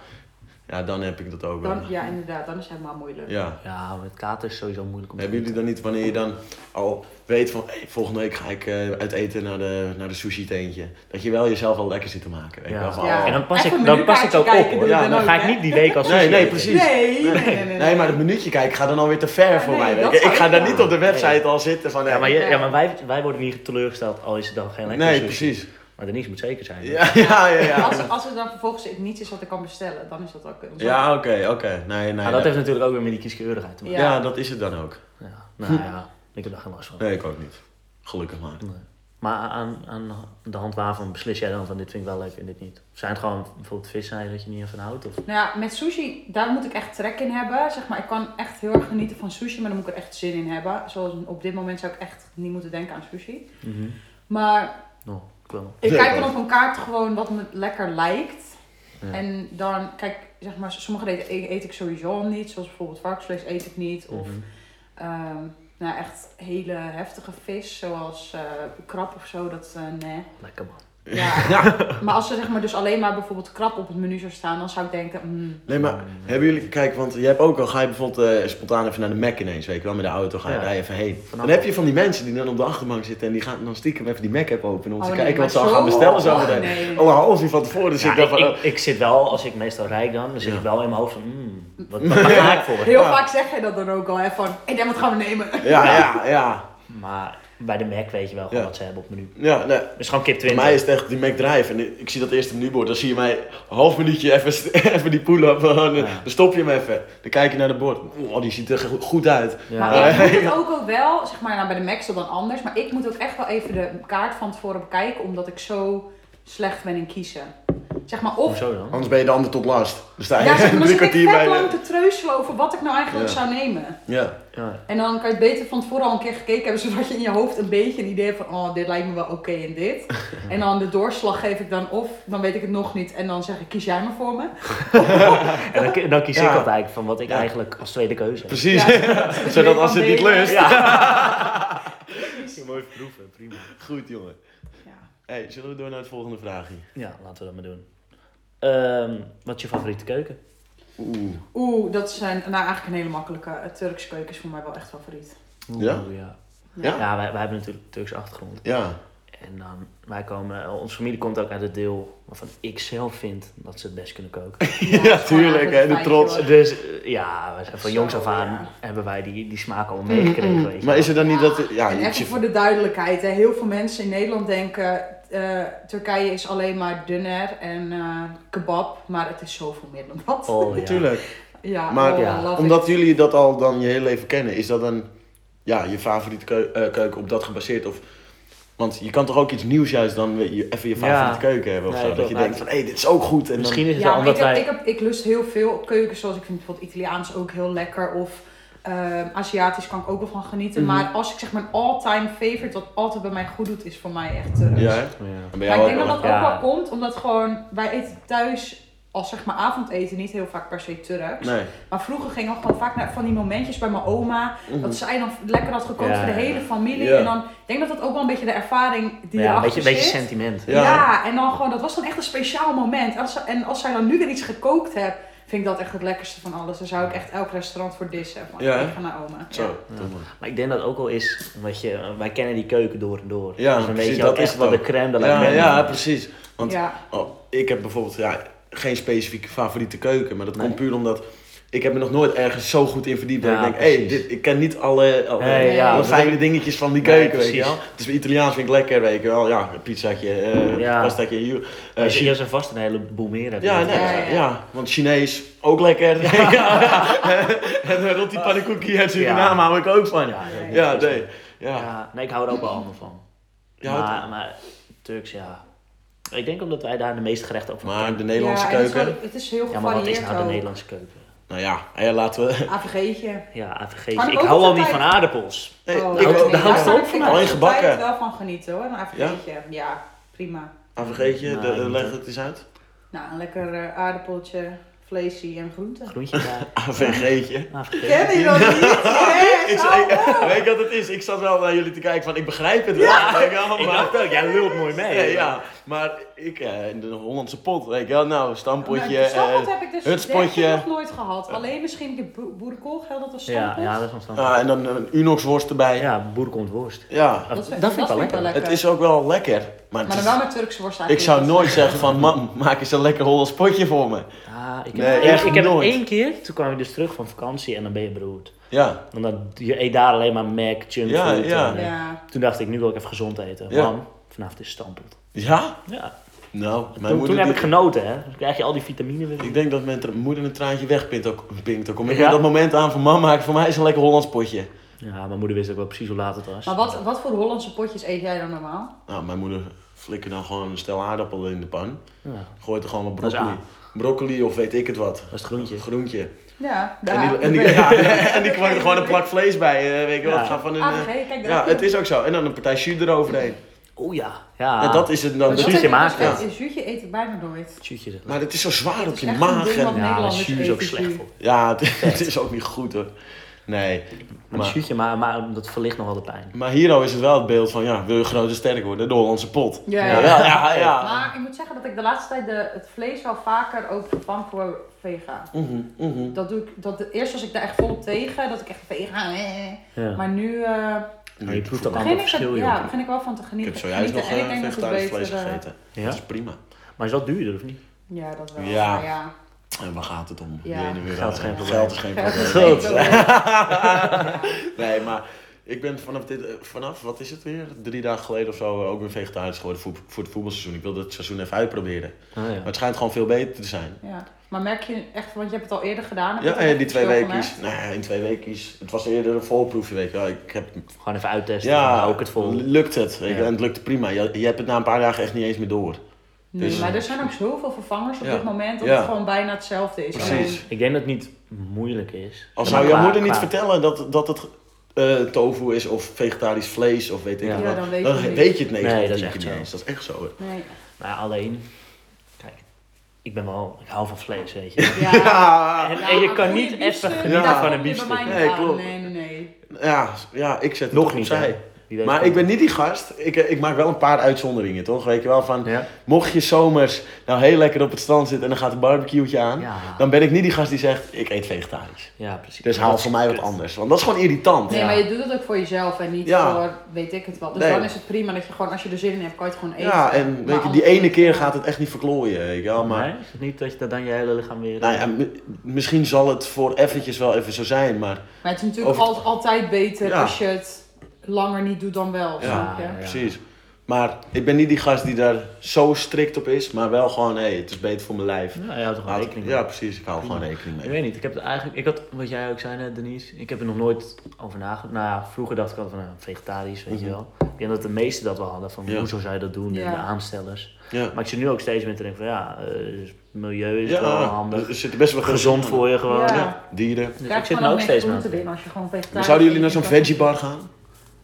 Speaker 4: Ja,
Speaker 2: dan heb ik dat ook wel.
Speaker 4: dan, ja, inderdaad, dan is het helemaal moeilijk.
Speaker 2: Ja.
Speaker 3: Ja, met kater is sowieso moeilijk om te
Speaker 2: Hebben jullie dan niet wanneer je dan al weet van hey, volgende week ga ik eh, uit eten naar de, naar de sushi teentje. Dat je wel jezelf al lekker zit te maken. Weet je
Speaker 3: Ja.
Speaker 2: wel, van,
Speaker 4: Ja.
Speaker 2: oh.
Speaker 3: En dan pas
Speaker 4: Even
Speaker 3: ik,
Speaker 4: een
Speaker 3: dan pas ik
Speaker 4: menukaartje
Speaker 3: ook op
Speaker 4: kijken,
Speaker 3: hoor.
Speaker 2: doe het
Speaker 3: Ja,
Speaker 4: dan
Speaker 3: dan
Speaker 4: ook,
Speaker 3: ga ik
Speaker 4: hè?
Speaker 3: niet die week als
Speaker 2: Nee,
Speaker 3: sushi
Speaker 2: nee,
Speaker 3: eten.
Speaker 2: precies.
Speaker 4: Nee, nee, nee, nee.
Speaker 2: Nee, maar het minuutje kijken gaat dan alweer te ver
Speaker 4: Ja,
Speaker 2: voor
Speaker 4: nee,
Speaker 2: mij.
Speaker 4: dat
Speaker 2: weet je.
Speaker 4: zou
Speaker 2: Ik ga
Speaker 4: ik
Speaker 2: daar
Speaker 4: wel.
Speaker 2: niet op de website al zitten van...
Speaker 3: Ja, maar, je-
Speaker 4: Nee.
Speaker 3: ja, maar wij, wij worden niet teleurgesteld, al is het dan geen lekker
Speaker 2: nee,
Speaker 3: sushi.
Speaker 2: precies.
Speaker 3: Maar de niks moet zeker zijn. hè?
Speaker 2: Ja, [LAUGHS] ja, ja. Ja,
Speaker 4: Als, als er dan vervolgens niets is wat ik kan bestellen, dan is dat ook een
Speaker 2: ja oké, oké. Nee, nee.
Speaker 3: Maar dat
Speaker 2: nee.
Speaker 3: heeft natuurlijk ook weer met die kieskeurigheid te maken.
Speaker 2: ja.
Speaker 4: Ja.
Speaker 2: dat is het dan ook.
Speaker 3: Ja. Nou ja, [LAUGHS] ik heb daar geen last van.
Speaker 2: Nee, ik ook niet. Gelukkig maar.
Speaker 3: Nee. Maar aan, aan de hand waarvan beslis jij dan van dit vind ik wel leuk en dit niet? Of Zijn het gewoon bijvoorbeeld visserij dat je niet van houdt? Of?
Speaker 4: Nou ja, met sushi, daar moet ik echt trek in hebben. Zeg maar, ik kan echt heel erg genieten van sushi, maar dan moet ik er echt zin in hebben. Zoals op dit moment zou ik echt niet moeten denken aan sushi.
Speaker 2: Mhm.
Speaker 4: Maar
Speaker 3: Nou, ik wil nog.
Speaker 4: ik
Speaker 2: Ja,
Speaker 4: kijk dan
Speaker 2: wel.
Speaker 4: op een kaart gewoon wat me lekker lijkt.
Speaker 3: Ja.
Speaker 4: En dan, kijk, zeg maar, sommige dingen e- eet ik sowieso al niet. Zoals bijvoorbeeld varkensvlees eet ik niet. Of
Speaker 3: Mhm.
Speaker 4: ehm, nou, echt hele heftige vis, zoals eh, krab of zo. Dat, eh,
Speaker 2: [LAUGHS]
Speaker 4: nee.
Speaker 3: Lekker man.
Speaker 4: Ja. Maar als er zeg maar, dus alleen maar bijvoorbeeld krab op het menu zou staan, dan zou ik denken, mm,
Speaker 2: Nee, maar hebben jullie... Kijk, want je hebt ook al... Ga je bijvoorbeeld eh, spontaan even naar de Mac ineens, weet je wel? Met de auto ga je
Speaker 3: Ja.
Speaker 2: daar even heen. Dan
Speaker 3: Vanavond.
Speaker 2: heb je van die mensen die dan op de achterbank zitten... en die gaan dan stiekem even die Mac app openen... om
Speaker 4: Oh,
Speaker 2: te
Speaker 4: nee,
Speaker 2: kijken
Speaker 4: maar
Speaker 2: wat ze al
Speaker 4: zo-
Speaker 2: gaan bestellen zo
Speaker 4: Oh,
Speaker 2: meteen.
Speaker 4: nee, nee.
Speaker 2: Al een half uur van tevoren zit
Speaker 3: Ja,
Speaker 2: ik dan
Speaker 3: ik,
Speaker 2: van...
Speaker 3: ik,
Speaker 2: oh,
Speaker 3: ik zit wel, als ik meestal rijk dan, dan zit
Speaker 2: Ja.
Speaker 3: ik wel in mijn hoofd van, mm,
Speaker 2: [LAUGHS]
Speaker 3: wat, wat waar ga ik voor?
Speaker 4: Heel
Speaker 2: Oh, Ja.
Speaker 4: vaak zeg jij dat dan ook al, hè, van, ik denk, wat gaan we nemen?
Speaker 2: Ja, ja, ja.
Speaker 3: Maar bij de Mac weet je wel gewoon
Speaker 2: Ja.
Speaker 3: wat ze hebben op menu.
Speaker 2: Ja, nee.
Speaker 3: Dus gewoon kip
Speaker 2: Voor
Speaker 3: 20.
Speaker 2: mij is het echt die McDrive. En ik zie dat eerste menuboard. Dan zie je mij een half minuutje even, [LAUGHS] even die pull-up. Dan,
Speaker 3: Ja.
Speaker 2: dan stop je hem even. Dan kijk je naar de bord. Oh, die ziet er go- goed uit.
Speaker 3: ja.
Speaker 4: Maar ik
Speaker 2: [LAUGHS]
Speaker 4: moet het ook al wel, zeg maar, nou, bij de Mac is dat dan anders, maar ik moet ook echt wel even de kaart van tevoren bekijken, omdat ik zo slecht ben in kiezen. Zeg maar, of...
Speaker 3: Hoezo dan?
Speaker 2: Anders ben je de ander tot last. Dan sta je [LAUGHS]
Speaker 4: Ja, zeg maar, dan
Speaker 2: drie
Speaker 4: zit ik
Speaker 2: kwartier bij
Speaker 4: vet
Speaker 2: de-
Speaker 4: lang te treuzelen over wat ik nou eigenlijk
Speaker 2: Ja.
Speaker 4: zou nemen.
Speaker 2: Ja.
Speaker 3: Ja.
Speaker 4: En dan kan je het beter van tevoren al een keer gekeken hebben, [LAUGHS] zodat je in je hoofd een beetje een idee hebt van, oh, dit lijkt me wel oké en
Speaker 2: [LAUGHS]
Speaker 4: dit. En dan de doorslag geef ik dan of, dan weet ik het nog niet, en dan zeg ik, kies jij maar voor me.
Speaker 3: En dan, ki- dan kies
Speaker 2: Ja.
Speaker 3: ik altijd van wat ik
Speaker 2: Ja.
Speaker 3: eigenlijk als tweede keuze heb.
Speaker 2: Precies.
Speaker 4: Ja, zodat ik
Speaker 2: [LAUGHS] Zodat
Speaker 4: weet
Speaker 2: als
Speaker 4: van
Speaker 2: het niet
Speaker 4: B naar-
Speaker 2: lust. [LAUGHS]
Speaker 3: Mooi proeven, prima.
Speaker 2: Goed, jongen.
Speaker 4: Ja.
Speaker 2: Hey, zullen we door naar het volgende vraagje?
Speaker 3: Ja, laten we dat maar doen. Ehm, wat is je favoriete keuken?
Speaker 2: Oeh.
Speaker 4: Oeh, dat zijn nou eigenlijk een hele makkelijke. Het Turkse keuken is voor mij wel echt favoriet.
Speaker 2: Ja?
Speaker 3: ja.
Speaker 2: Ja?
Speaker 3: Ja, wij, wij hebben natuurlijk Turkse achtergrond.
Speaker 2: Ja.
Speaker 3: En dan, wij komen, eh, onze familie komt ook uit het deel waarvan ik zelf vind dat ze het best kunnen
Speaker 2: [LAUGHS]
Speaker 3: koken.
Speaker 2: Ja, tuurlijk, hè, de trots.
Speaker 3: Dus eh, ja, we zijn van
Speaker 4: Zo,
Speaker 3: jongs af aan
Speaker 4: ja.
Speaker 3: hebben wij die, die smaak al meegekregen. weet je
Speaker 2: Mm-hmm. Maar
Speaker 3: wel.
Speaker 2: is er dan niet dat... Ja,
Speaker 4: En
Speaker 2: je-
Speaker 4: even voor de duidelijkheid, hè. heel veel mensen in Nederland denken eh, Turkije is alleen maar dunner en eh, kebab, maar het is zoveel meer dan dat.
Speaker 3: Oh, ja.
Speaker 2: Tuurlijk.
Speaker 4: [LAUGHS] Ja,
Speaker 2: Maar
Speaker 4: oh,
Speaker 3: ja,
Speaker 4: love it.
Speaker 2: Omdat jullie dat al dan je hele leven kennen, is dat dan ja, je favoriete keu- eh, keuken op dat gebaseerd? Of, want je kan toch ook iets nieuws juist dan weer je- even je
Speaker 3: Ja.
Speaker 2: favoriete keuken hebben of
Speaker 3: Nee,
Speaker 2: zo? Dat
Speaker 3: klopt,
Speaker 2: je
Speaker 3: maar-
Speaker 2: denkt van, hé, dit is ook goed. En dan-
Speaker 3: Misschien is het
Speaker 4: Ja,
Speaker 3: wel
Speaker 4: maar ik,
Speaker 3: omdat
Speaker 4: heb,
Speaker 3: wij...
Speaker 4: ik, heb, ik lust heel veel op keukens, zoals ik vind bijvoorbeeld Italiaans ook heel lekker. Of ehm, Aziatisch kan ik ook wel van genieten.
Speaker 2: Mhm.
Speaker 4: Maar als ik zeg mijn all-time favorite, wat altijd bij mij goed doet, is voor mij echt eh, Turks.
Speaker 2: Ja, hè?
Speaker 3: Ja.
Speaker 2: Dan ben
Speaker 4: Maar
Speaker 2: jij
Speaker 4: ik
Speaker 2: ook
Speaker 4: denk dat
Speaker 2: wel-
Speaker 4: dat
Speaker 3: Ja.
Speaker 4: ook wel komt, omdat gewoon, wij eten thuis als zeg maar avondeten niet heel vaak per se Turks.
Speaker 2: Nee.
Speaker 4: Maar vroeger gingen we gewoon vaak naar van die momentjes bij mijn oma.
Speaker 2: Mhm.
Speaker 4: Dat zij dan lekker had gekookt
Speaker 3: Ja,
Speaker 4: voor de
Speaker 3: ja,
Speaker 4: hele familie.
Speaker 2: Ja.
Speaker 4: En dan ik denk dat dat ook wel een beetje de ervaring die
Speaker 3: Ja, een
Speaker 4: erachter
Speaker 3: beetje, beetje
Speaker 4: zit.
Speaker 3: sentiment.
Speaker 2: Ja.
Speaker 4: Ja. en dan gewoon, dat was dan echt een speciaal moment. En als, en als zij dan nu weer iets gekookt hebt, vind ik dat echt het lekkerste van alles. Dan zou ik echt elk restaurant voor dissen. Van,
Speaker 2: Ja, hè?
Speaker 4: Ik ga naar oma. Ja.
Speaker 2: Zo.
Speaker 3: Ja. Maar ik denk dat ook wel is, omdat je, wij kennen die keuken door en door.
Speaker 2: Ja,
Speaker 3: dus dan
Speaker 2: precies,
Speaker 3: weet je
Speaker 2: dat
Speaker 3: ook
Speaker 2: is
Speaker 3: echt
Speaker 2: het
Speaker 3: wat de
Speaker 2: ook.
Speaker 3: crème de la
Speaker 2: Ja,
Speaker 3: crème
Speaker 2: ja,
Speaker 3: is.
Speaker 2: precies. Want
Speaker 4: Ja.
Speaker 2: oh, ik heb bijvoorbeeld ja, geen specifieke favoriete keuken, maar dat
Speaker 3: Nee.
Speaker 2: komt puur omdat ik heb me nog nooit ergens zo goed in verdiept. dat
Speaker 3: Ja,
Speaker 2: ik denk, hé,
Speaker 3: precies.
Speaker 2: dit- ik ken niet alle, alle
Speaker 3: Nee,
Speaker 4: ja,
Speaker 2: alle
Speaker 4: dat
Speaker 2: fijne dingetjes van die
Speaker 3: Nee,
Speaker 2: keuken, weet je
Speaker 3: precies.
Speaker 2: wel. Dus bij Italiaans vind ik lekker, weet je wel. Ja, een pizzaatje, eh
Speaker 3: Ja.
Speaker 2: pastaatje, hier, eh,
Speaker 3: Als je
Speaker 2: Chi-
Speaker 3: eerst en vast een heleboel meer hebt.
Speaker 2: ja, nee,
Speaker 4: Ja,
Speaker 2: ja,
Speaker 4: ja.
Speaker 2: want Chinees ook lekker. [LAUGHS] Ja. en een roti pannenkoekie uit Suriname
Speaker 3: Oh. Ja.
Speaker 2: hou ik ook van. Ja,
Speaker 3: Ja, nee,
Speaker 2: ja
Speaker 3: dat is-
Speaker 2: nee. Ja.
Speaker 3: Ja, nee, ik hou er ook wel allemaal van.
Speaker 2: Ja,
Speaker 3: maar, maar Turks, ja. Ik denk omdat wij daar de meeste gerechten ook van
Speaker 2: Maar
Speaker 3: kennen.
Speaker 2: de Nederlandse
Speaker 4: Ja, en het is
Speaker 2: keuken,
Speaker 4: wel- Het is heel
Speaker 3: Ja, maar wat
Speaker 4: gevarieerd
Speaker 3: is nou de
Speaker 4: ook.
Speaker 3: Nederlandse keuken?
Speaker 2: nou ja, hè, laten we...
Speaker 4: AVG'tje.
Speaker 3: Ja, vergeet
Speaker 4: Maar
Speaker 3: je. Ik
Speaker 4: ook
Speaker 3: hou al
Speaker 4: altijd-
Speaker 3: niet van aardappels.
Speaker 2: Nee,
Speaker 4: Oh,
Speaker 2: ik
Speaker 3: houdt-
Speaker 2: ook.
Speaker 3: daar houdt
Speaker 4: daar
Speaker 3: ook
Speaker 4: vind
Speaker 2: van.
Speaker 4: ik
Speaker 2: Alleen gebakken.
Speaker 4: altijd wel van genieten hoor, een AVG'tje. Ja? prima.
Speaker 2: Ah, vergeet je,
Speaker 3: Nee,
Speaker 2: de-
Speaker 3: niet
Speaker 2: leg
Speaker 3: echt.
Speaker 2: het eens uit.
Speaker 4: Nou, een lekker eh, aardappeltje, vleesie en groente.
Speaker 2: [LAUGHS]
Speaker 3: Groentjes daar.
Speaker 2: AVG'tje.
Speaker 3: Maar vergeet
Speaker 4: Ken je [LAUGHS] dat niet? Yes,
Speaker 2: Ik,
Speaker 4: oh,
Speaker 2: ik, [LAUGHS] weet je wat het is? Ik zat wel naar jullie te kijken van, ik begrijp het wel. weet je wel,
Speaker 3: Ik
Speaker 2: maar,
Speaker 3: dacht ook, jij lult mooi mee.
Speaker 2: Nee, ja, maar ik, eh, in de Hollandse pot, weet je wel, nou, stampotje,
Speaker 4: Nou, stamppot
Speaker 2: eh,
Speaker 4: heb ik dus
Speaker 2: het spotje.
Speaker 4: denk ik nog nooit gehad. Alleen misschien de bo- boerenkool geldt dat als
Speaker 3: Ja,
Speaker 4: stamppot.
Speaker 3: ja, dat is van
Speaker 2: ah, en dan een Unox-worst erbij. Ja.
Speaker 3: Ja, boer komt worst.
Speaker 4: Dat vind-
Speaker 3: dat vind ik wel lekker.
Speaker 2: Het is ook wel lekker, maar, het
Speaker 4: Maar dan
Speaker 2: is-
Speaker 4: wel met Turkse worst
Speaker 2: ik
Speaker 4: eigenlijk.
Speaker 2: zou nooit zeggen van, mam, maak eens een lekker Hollands potje voor me.
Speaker 3: Ah, ik heb,
Speaker 2: Nee,
Speaker 3: ik,
Speaker 2: echt
Speaker 3: ik heb het
Speaker 2: nooit.
Speaker 3: één keer, toen kwam ik dus terug van vakantie en dan ben je beroerd.
Speaker 2: Ja,
Speaker 3: Want dan, je eet daar alleen maar Mac, junk
Speaker 2: Ja,
Speaker 3: food.
Speaker 2: ja.
Speaker 3: en, eh,
Speaker 4: Ja.
Speaker 3: Toen dacht ik, nu wil ik even gezond eten.
Speaker 2: Ja.
Speaker 3: Man, vanavond is stampeld.
Speaker 2: ja?
Speaker 3: Ja.
Speaker 2: Nou, mijn
Speaker 3: Toen,
Speaker 2: moeder
Speaker 3: toen heb
Speaker 2: die-
Speaker 3: ik genoten, hè. Dan krijg je al die vitamine weer.
Speaker 2: Ik denk dat mijn tra- moeder een traantje wegpinkt ook. Pinkt ook. Om ik
Speaker 3: Ja?
Speaker 2: met dat moment aan van mama, maak voor mij eens een lekker Hollands potje.
Speaker 3: Ja, mijn moeder wist ook wel precies hoe laat het was.
Speaker 4: Maar wat, wat voor Hollandse potjes eet jij dan normaal?
Speaker 2: Nou, mijn moeder flikker dan gewoon een stel aardappelen in de pan.
Speaker 3: Ja,
Speaker 2: Gooit er gewoon wat
Speaker 3: Dat is
Speaker 2: broccoli. Broccoli of weet ik het wat.
Speaker 3: dat is het groentje.
Speaker 2: Groentje.
Speaker 4: Ja,
Speaker 2: En die, en die, [LAUGHS] ja, en die kwam er gewoon een plak vlees bij. eh, weet je wel.
Speaker 3: Ja.
Speaker 2: Het gaat van een, eh,
Speaker 4: AVG, Ah, kijk daar.
Speaker 2: ja, het is ook zo. En dan een partij jus eroverheen.
Speaker 3: Oh ja. Ja,
Speaker 2: En dat is het dan.
Speaker 4: Maar
Speaker 2: Maar,
Speaker 4: dat
Speaker 3: Zuurtje
Speaker 4: heb ik dus
Speaker 3: maken.
Speaker 4: echt. Een zuurtje eet ik bijna nooit.
Speaker 3: Tjuutje, zeg maar.
Speaker 2: maar het is zo zwaar op
Speaker 4: is
Speaker 2: je
Speaker 4: echt een
Speaker 2: maag.
Speaker 4: ding
Speaker 2: en-
Speaker 4: wat-
Speaker 3: Ja, maar
Speaker 4: Nederlanders
Speaker 3: zuur is ook
Speaker 4: eten
Speaker 3: slecht
Speaker 4: zuur.
Speaker 3: voor.
Speaker 2: Ja, het, het is ook niet goed hoor. Nee.
Speaker 3: Maar,
Speaker 2: Maar,
Speaker 3: zuurtje, maar, maar dat verlicht nogal de pijn.
Speaker 2: maar hierover is het wel het beeld van, ja, wil je groot en sterk worden? De Hollandse pot.
Speaker 4: Ja,
Speaker 2: Ja,
Speaker 4: ja.
Speaker 2: ja, ja. ja.
Speaker 4: Maar ik moet zeggen dat ik de laatste tijd de, het vlees wel vaker ook vervang voor vega.
Speaker 2: Mhm, mhm.
Speaker 4: Dat doe ik, dat, eerst was ik daar echt volop tegen, dat ik echt vega... eh.
Speaker 3: Ja. Maar,
Speaker 4: Maar nu eh,
Speaker 3: je proeft ook allemaal
Speaker 4: begin, ik,
Speaker 3: verschil,
Speaker 4: er-
Speaker 3: joh.
Speaker 4: ja, begin ik wel van te
Speaker 2: Ik
Speaker 4: genieten.
Speaker 2: heb zojuist nog
Speaker 4: Genieten. En ik
Speaker 2: eh,
Speaker 4: denk dat het
Speaker 2: vegetarisch vlees
Speaker 4: beter, eh,
Speaker 2: gegeten.
Speaker 3: Ja?
Speaker 2: Dat is prima.
Speaker 3: is dat duurder, of niet?
Speaker 4: Ja, dat wel.
Speaker 2: Ja.
Speaker 4: Maar ja.
Speaker 2: En waar gaat het om?
Speaker 4: Ja.
Speaker 2: De ene weer-
Speaker 3: Geld is geen probleem.
Speaker 2: Geld is geen
Speaker 4: Geld is
Speaker 2: probleem.
Speaker 4: geen probleem.
Speaker 2: [LAUGHS] Nee, maar ik ben vanaf dit, eh, vanaf, wat is het weer? Drie dagen geleden of zo eh, ook weer vegetarisch geworden voor, voor het voetbalseizoen. Ik wilde het seizoen even uitproberen.
Speaker 3: Ah, ja.
Speaker 2: Maar het schijnt gewoon veel beter te zijn.
Speaker 4: Ja. Maar merk je echt, want je hebt het al eerder gedaan. heb je
Speaker 2: Ja,
Speaker 4: het
Speaker 2: en
Speaker 4: echt
Speaker 2: die twee
Speaker 4: verschil
Speaker 2: weekjes.
Speaker 4: gemerkt?
Speaker 2: Nou, ja, in twee weekjes. Het was eerder een voorproefje, weet je wel. Ik heb,
Speaker 3: Gewoon even uittesten. Ja.
Speaker 2: ja,
Speaker 3: Hou ik het vol.
Speaker 2: lukt het. weet je wel.
Speaker 3: Ja.
Speaker 2: En het lukte prima. Je, je hebt het na een paar dagen echt niet eens meer door.
Speaker 4: Nee,
Speaker 2: Dus-
Speaker 4: maar er zijn ook zoveel vervangers op
Speaker 2: Ja.
Speaker 4: dit moment dat
Speaker 2: Ja.
Speaker 4: het gewoon bijna hetzelfde is.
Speaker 2: Precies.
Speaker 3: Ik denk dat het niet moeilijk is.
Speaker 2: Als
Speaker 3: Ja,
Speaker 2: zou jouw
Speaker 3: maar qua-
Speaker 2: moeder niet
Speaker 3: qua-
Speaker 2: vertellen dat, dat het eh, tofu is of vegetarisch vlees of weet ik
Speaker 3: Ja.
Speaker 2: het
Speaker 4: Ja,
Speaker 2: wat,
Speaker 4: dan weet je het
Speaker 2: weet je het negen
Speaker 3: Nee,
Speaker 2: of
Speaker 3: dat is
Speaker 2: tien
Speaker 3: echt
Speaker 2: keer
Speaker 3: zo.
Speaker 2: niet eens. Dat is echt zo. hè.
Speaker 4: Alleen-
Speaker 3: [LAUGHS]
Speaker 4: Nee.
Speaker 3: Maar alleen, kijk, ik ben wel, ik hou van vlees, weet je.
Speaker 4: Ja.
Speaker 2: Ja,
Speaker 3: En,
Speaker 4: Ja,
Speaker 3: en je
Speaker 4: een
Speaker 3: kan
Speaker 4: goede
Speaker 3: niet
Speaker 4: biefstuk,
Speaker 3: even
Speaker 4: daar
Speaker 3: genieten
Speaker 4: kom
Speaker 3: van
Speaker 4: je
Speaker 3: een
Speaker 4: bij mij
Speaker 3: biefstuk.
Speaker 4: niet
Speaker 2: Nee,
Speaker 4: aan.
Speaker 2: klopt.
Speaker 4: Nee, nee, nee.
Speaker 2: ja, ja, ik zet het
Speaker 3: Nog
Speaker 2: toch
Speaker 3: niet,
Speaker 2: opzij.
Speaker 3: hè? Wie weet
Speaker 2: Maar ik ben niet die gast. Ik, eh, ik maak wel een paar uitzonderingen, toch? Weet je wel, van...
Speaker 3: Ja.
Speaker 2: Mocht je zomers nou heel lekker op het strand zitten en dan gaat een barbecue'tje aan...
Speaker 3: Ja.
Speaker 2: Dan ben ik niet die gast die zegt, ik eet vegetarisch.
Speaker 3: ja, precies.
Speaker 2: Dus haal voor mij wat
Speaker 3: Kut.
Speaker 2: anders. Want dat is gewoon irritant.
Speaker 4: Nee,
Speaker 3: Ja.
Speaker 4: maar je doet het ook voor jezelf en niet
Speaker 2: Ja.
Speaker 4: voor weet ik het wat. Dus
Speaker 2: Nee.
Speaker 4: dan is het prima dat je gewoon, als je er zin in hebt, kan je het gewoon eten.
Speaker 2: Ja, en weet je,
Speaker 4: Maar
Speaker 2: die
Speaker 4: anders-
Speaker 2: ene keer gaat het echt niet verklooien, weet je wel. Maar
Speaker 3: Nee, is het niet dat je dat dan je hele lichaam weer...
Speaker 2: nou ja, mi- misschien zal het voor eventjes wel even zo zijn, maar
Speaker 4: Maar het is natuurlijk
Speaker 2: Over-
Speaker 4: al- altijd beter
Speaker 2: Ja.
Speaker 4: als je het langer niet doet dan wel,
Speaker 2: Ja.
Speaker 4: snap je?
Speaker 2: precies. Maar ik ben niet die gast die daar zo strikt op is, maar wel gewoon, hé, het is beter voor mijn lijf.
Speaker 3: Ja, Nou, je houdt er gewoon
Speaker 2: Laat-
Speaker 3: rekening mee.
Speaker 2: ja, precies, ik hou er gewoon rekening
Speaker 3: Ik
Speaker 2: mee.
Speaker 3: weet niet, ik heb het eigenlijk, ik had, wat jij ook zei net Denise, ik heb er nog nooit over nagedacht. Nou ja, vroeger dacht ik altijd van, nou, vegetarisch, weet je
Speaker 2: Mhm.
Speaker 3: wel. Ik denk dat de meesten dat wel hadden, van
Speaker 2: Ja.
Speaker 3: hoezo zou je dat doen, en
Speaker 4: Ja.
Speaker 3: de aanstellers.
Speaker 2: Ja,
Speaker 3: Maar ik zit nu ook steeds meer te denken van, ja, eh, milieu is wel
Speaker 2: ja
Speaker 3: handig,
Speaker 2: er zitten best wel
Speaker 3: gezond voor je gewoon.
Speaker 4: Ja.
Speaker 2: Dieren.
Speaker 3: Dus
Speaker 4: Krijg
Speaker 3: ik zit
Speaker 4: gewoon
Speaker 3: nu ook
Speaker 4: meer
Speaker 3: steeds meer
Speaker 4: groenten
Speaker 3: aan te denken.
Speaker 4: binnen als je gewoon
Speaker 2: Maar
Speaker 4: vegetarisch
Speaker 2: zouden jullie naar zo'n
Speaker 4: eet, dan-
Speaker 2: veggie bar gaan?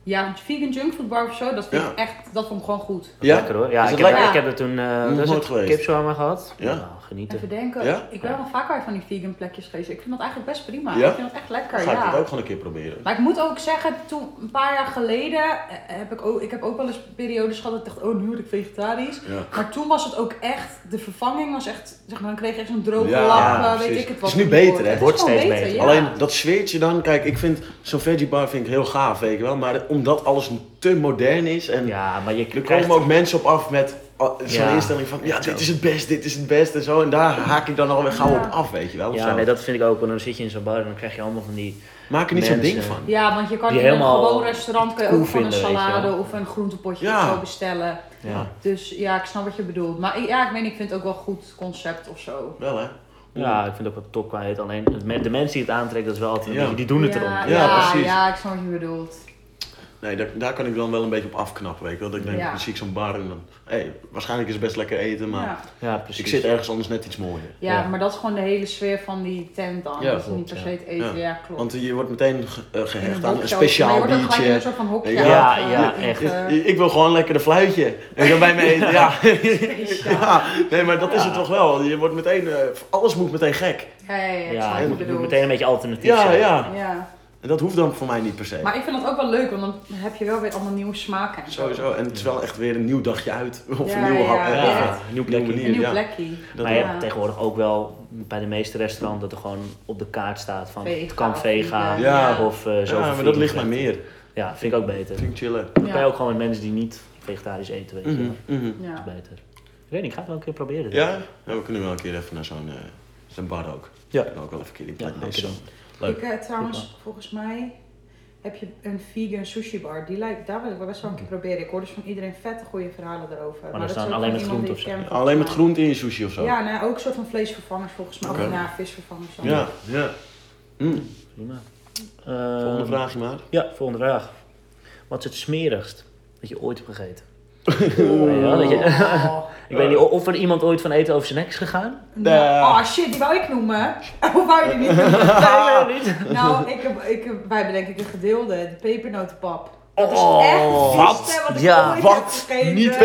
Speaker 4: Ja, een vegan junkfood bar of zo, dat vind
Speaker 2: Ja.
Speaker 4: ik echt, dat vond ik gewoon goed.
Speaker 2: Ja?
Speaker 3: Lekker hoor. Ja,
Speaker 2: Is
Speaker 3: ik
Speaker 2: het
Speaker 3: heb,
Speaker 4: lekker?
Speaker 3: ik heb er toen eh
Speaker 2: Nog
Speaker 3: wat is
Speaker 2: nooit
Speaker 3: het?
Speaker 2: geweest.
Speaker 3: kipswarma gehad.
Speaker 2: Ja.
Speaker 3: Nou, genieten.
Speaker 4: Even denken,
Speaker 2: Ja?
Speaker 4: ik ben wel vaker van die vegan plekjes geweest. Ik vind dat eigenlijk best prima.
Speaker 2: Ja?
Speaker 4: Ik vind dat echt lekker,
Speaker 2: Ga ik
Speaker 4: ja.
Speaker 2: dat ook gewoon een keer proberen.
Speaker 4: Maar ik moet ook zeggen, toen, een paar jaar geleden eh, heb ik ook, ik heb ook wel eens periodes gehad dat ik dacht, oh nu word ik vegetarisch.
Speaker 2: Ja.
Speaker 4: Maar toen was het ook echt, de vervanging was echt, zeg maar, dan kreeg je echt zo'n droge
Speaker 2: Ja,
Speaker 4: lap,
Speaker 2: ja,
Speaker 4: eh, weet
Speaker 2: precies.
Speaker 4: ik het
Speaker 2: Het
Speaker 4: wat.
Speaker 2: is nu
Speaker 4: voor
Speaker 2: beter,
Speaker 4: woorden.
Speaker 2: hè?
Speaker 4: Het
Speaker 3: Wordt
Speaker 4: is gewoon
Speaker 3: steeds beter.
Speaker 4: ja.
Speaker 2: Alleen dat zweertje dan, kijk, ik vind zo'n veggie bar vind ik heel gaaf, weet je wel. Maar omdat alles te modern is en
Speaker 3: Ja, maar je
Speaker 2: er
Speaker 3: krijgt...
Speaker 2: komen ook mensen op af met ah, zo'n
Speaker 3: Ja.
Speaker 2: instelling van, ja,
Speaker 3: Echt
Speaker 2: dit
Speaker 3: zo.
Speaker 2: is het best, dit is het best en zo. En daar haak ik dan alweer gauw
Speaker 4: Ja.
Speaker 2: op af, weet je wel. of
Speaker 3: Ja,
Speaker 2: zo.
Speaker 3: nee, dat vind ik ook. Want dan zit je in zo'n bar en dan krijg je allemaal van die...
Speaker 2: Maak er niet zo'n
Speaker 3: mensen.
Speaker 2: ding van.
Speaker 4: Ja, want je kan
Speaker 3: Die
Speaker 4: in een
Speaker 3: helemaal
Speaker 4: gewoon restaurant kan je
Speaker 3: cool
Speaker 4: ook van een
Speaker 3: vinden, weet je
Speaker 4: salade
Speaker 3: wel.
Speaker 4: of een groentepotje
Speaker 2: Ja.
Speaker 4: of zo bestellen.
Speaker 3: Ja,
Speaker 4: Dus ja, ik snap wat je bedoelt. Maar ik- ja, ik weet niet, ik vind het ook wel een goed concept of zo.
Speaker 2: Wel, hè?
Speaker 3: ja ik vind het ook wel top qua het. Alleen het me- de mensen die het aantrekken, dat is wel altijd... een
Speaker 2: Ja.
Speaker 3: beetje- Die doen het
Speaker 4: ja,
Speaker 3: erom.
Speaker 4: Ja,
Speaker 2: Ja, precies.
Speaker 4: Ja, ik snap wat je bedoelt.
Speaker 2: Nee, daar, daar kan ik dan wel een beetje op afknappen, weet je wel. Dat ik denk,
Speaker 4: Ja.
Speaker 2: dan zie ik zo'n bar en dan, hé, waarschijnlijk is het best lekker eten, maar
Speaker 4: Ja.
Speaker 3: Ja, precies.
Speaker 2: ik zit ergens anders net iets mooier.
Speaker 4: Ja,
Speaker 3: Ja.
Speaker 4: maar dat is gewoon de hele sfeer van die tent dan.
Speaker 2: Ja,
Speaker 4: dat is
Speaker 3: klopt,
Speaker 4: niet per se
Speaker 3: ja.
Speaker 4: het eten. Ja,
Speaker 2: Ja.
Speaker 4: klopt.
Speaker 2: Want je wordt meteen ge- eh,
Speaker 4: In
Speaker 2: gehecht
Speaker 4: een hokje
Speaker 2: aan een
Speaker 4: ook. Maar
Speaker 2: speciaal
Speaker 4: je wordt ook gelijk in
Speaker 2: biertje.
Speaker 4: een soort van hokje.
Speaker 2: Ja,
Speaker 4: aan, eh,
Speaker 3: ja,
Speaker 4: in,
Speaker 3: echt.
Speaker 4: eh,
Speaker 2: Ik, ik wil gewoon lekker een fluitje. En dan bij me eten.
Speaker 4: [LAUGHS]
Speaker 3: [LAUGHS]
Speaker 2: Ja. [LAUGHS] ja. Nee, maar dat is het toch wel. Je wordt meteen, eh, alles moet meteen gek.
Speaker 4: Ja, ja, ja, ik snap wat je
Speaker 3: Ja, het moet, moet
Speaker 4: bedoelt.
Speaker 3: meteen een beetje alternatief
Speaker 2: Ja,
Speaker 3: zijn.
Speaker 2: ja.
Speaker 4: Ja.
Speaker 2: En dat hoeft dan voor mij niet per se.
Speaker 4: Maar ik vind dat ook wel leuk, want dan heb je wel weer allemaal nieuwe smaken. en zo.
Speaker 2: Sowieso. En het is wel echt weer een nieuw dagje uit. [LAUGHS] Of
Speaker 4: Ja,
Speaker 2: een nieuwe hap.
Speaker 4: ja,
Speaker 2: eh,
Speaker 3: Ja,
Speaker 4: ja.
Speaker 2: even.
Speaker 3: een nieuw
Speaker 2: Nieuwe
Speaker 3: plekje.
Speaker 2: manier.
Speaker 4: Een nieuw
Speaker 2: ja.
Speaker 4: plekje.
Speaker 2: Dat
Speaker 3: maar je
Speaker 4: ja.
Speaker 3: hebt tegenwoordig ook wel bij de meeste restaurants dat er gewoon op de kaart staat van
Speaker 4: Vega,
Speaker 3: het kan vega
Speaker 2: vegan. Ja.
Speaker 3: of eh zoveel
Speaker 2: ja, maar dat ligt mij
Speaker 3: vegan.
Speaker 2: meer.
Speaker 3: Ja, vind ik ook beter.
Speaker 2: Vind ik chillen.
Speaker 3: Dan kan je ook gewoon met mensen die niet vegetarisch eten, weet je
Speaker 2: Mhm,
Speaker 3: wel.
Speaker 2: mhm.
Speaker 3: Dat is
Speaker 4: Ja.
Speaker 3: beter. Ik weet niet, ik ga het wel een keer proberen.
Speaker 2: Ja? Ja, we kunnen wel een keer even naar zo'n eh, zo'n bar ook.
Speaker 3: Ja.
Speaker 2: Dan ook wel even een keer die
Speaker 3: Ja,
Speaker 2: plek
Speaker 3: dank je
Speaker 2: lezen.
Speaker 3: dan.
Speaker 2: Leuk.
Speaker 4: Ik eh, trouwens, volgens mij heb je een vegan sushi bar. Die lijkt, daar wil ik wel best wel een keer proberen. Ik hoor dus van iedereen vette goede verhalen daarover. Maar,
Speaker 3: dan
Speaker 4: dat is
Speaker 3: staan
Speaker 4: ook
Speaker 3: alleen
Speaker 4: van
Speaker 3: met
Speaker 4: iemand die
Speaker 3: groente
Speaker 4: ik ken,
Speaker 3: of zo.
Speaker 4: volgens
Speaker 2: Alleen met
Speaker 4: mij.
Speaker 2: groente in je sushi of zo.
Speaker 4: Ja, nou, ook een soort van vleesvervangers volgens mij.
Speaker 2: Oké.
Speaker 4: Of na visvervangers. dan.
Speaker 2: Ja. ja. Mm,
Speaker 3: Prima.
Speaker 2: Volgende
Speaker 3: Ehm,
Speaker 2: vraagje maar.
Speaker 3: Ja, volgende vraag. Wat is het smerigst dat je ooit hebt
Speaker 2: [LAUGHS]
Speaker 3: gegeten? Ja, dat je,
Speaker 4: Oh.
Speaker 3: [LAUGHS] ik weet niet of er iemand ooit van eten over zijn nek is gegaan.
Speaker 4: Nou, oh shit, die wou ik noemen. [LAUGHS] Of wou je die niet
Speaker 2: [LAUGHS]
Speaker 4: noemen?
Speaker 3: Ah. Nee, niet.
Speaker 4: Nou, ik heb, ik heb, wij hebben denk ik een gedeelde, de pepernotenpap. Dat is
Speaker 3: Oh,
Speaker 4: echt het viesste
Speaker 3: wat?
Speaker 4: wat ik
Speaker 3: Ja,
Speaker 4: ooit heb
Speaker 2: Wat?
Speaker 4: gegeten.
Speaker 2: Niet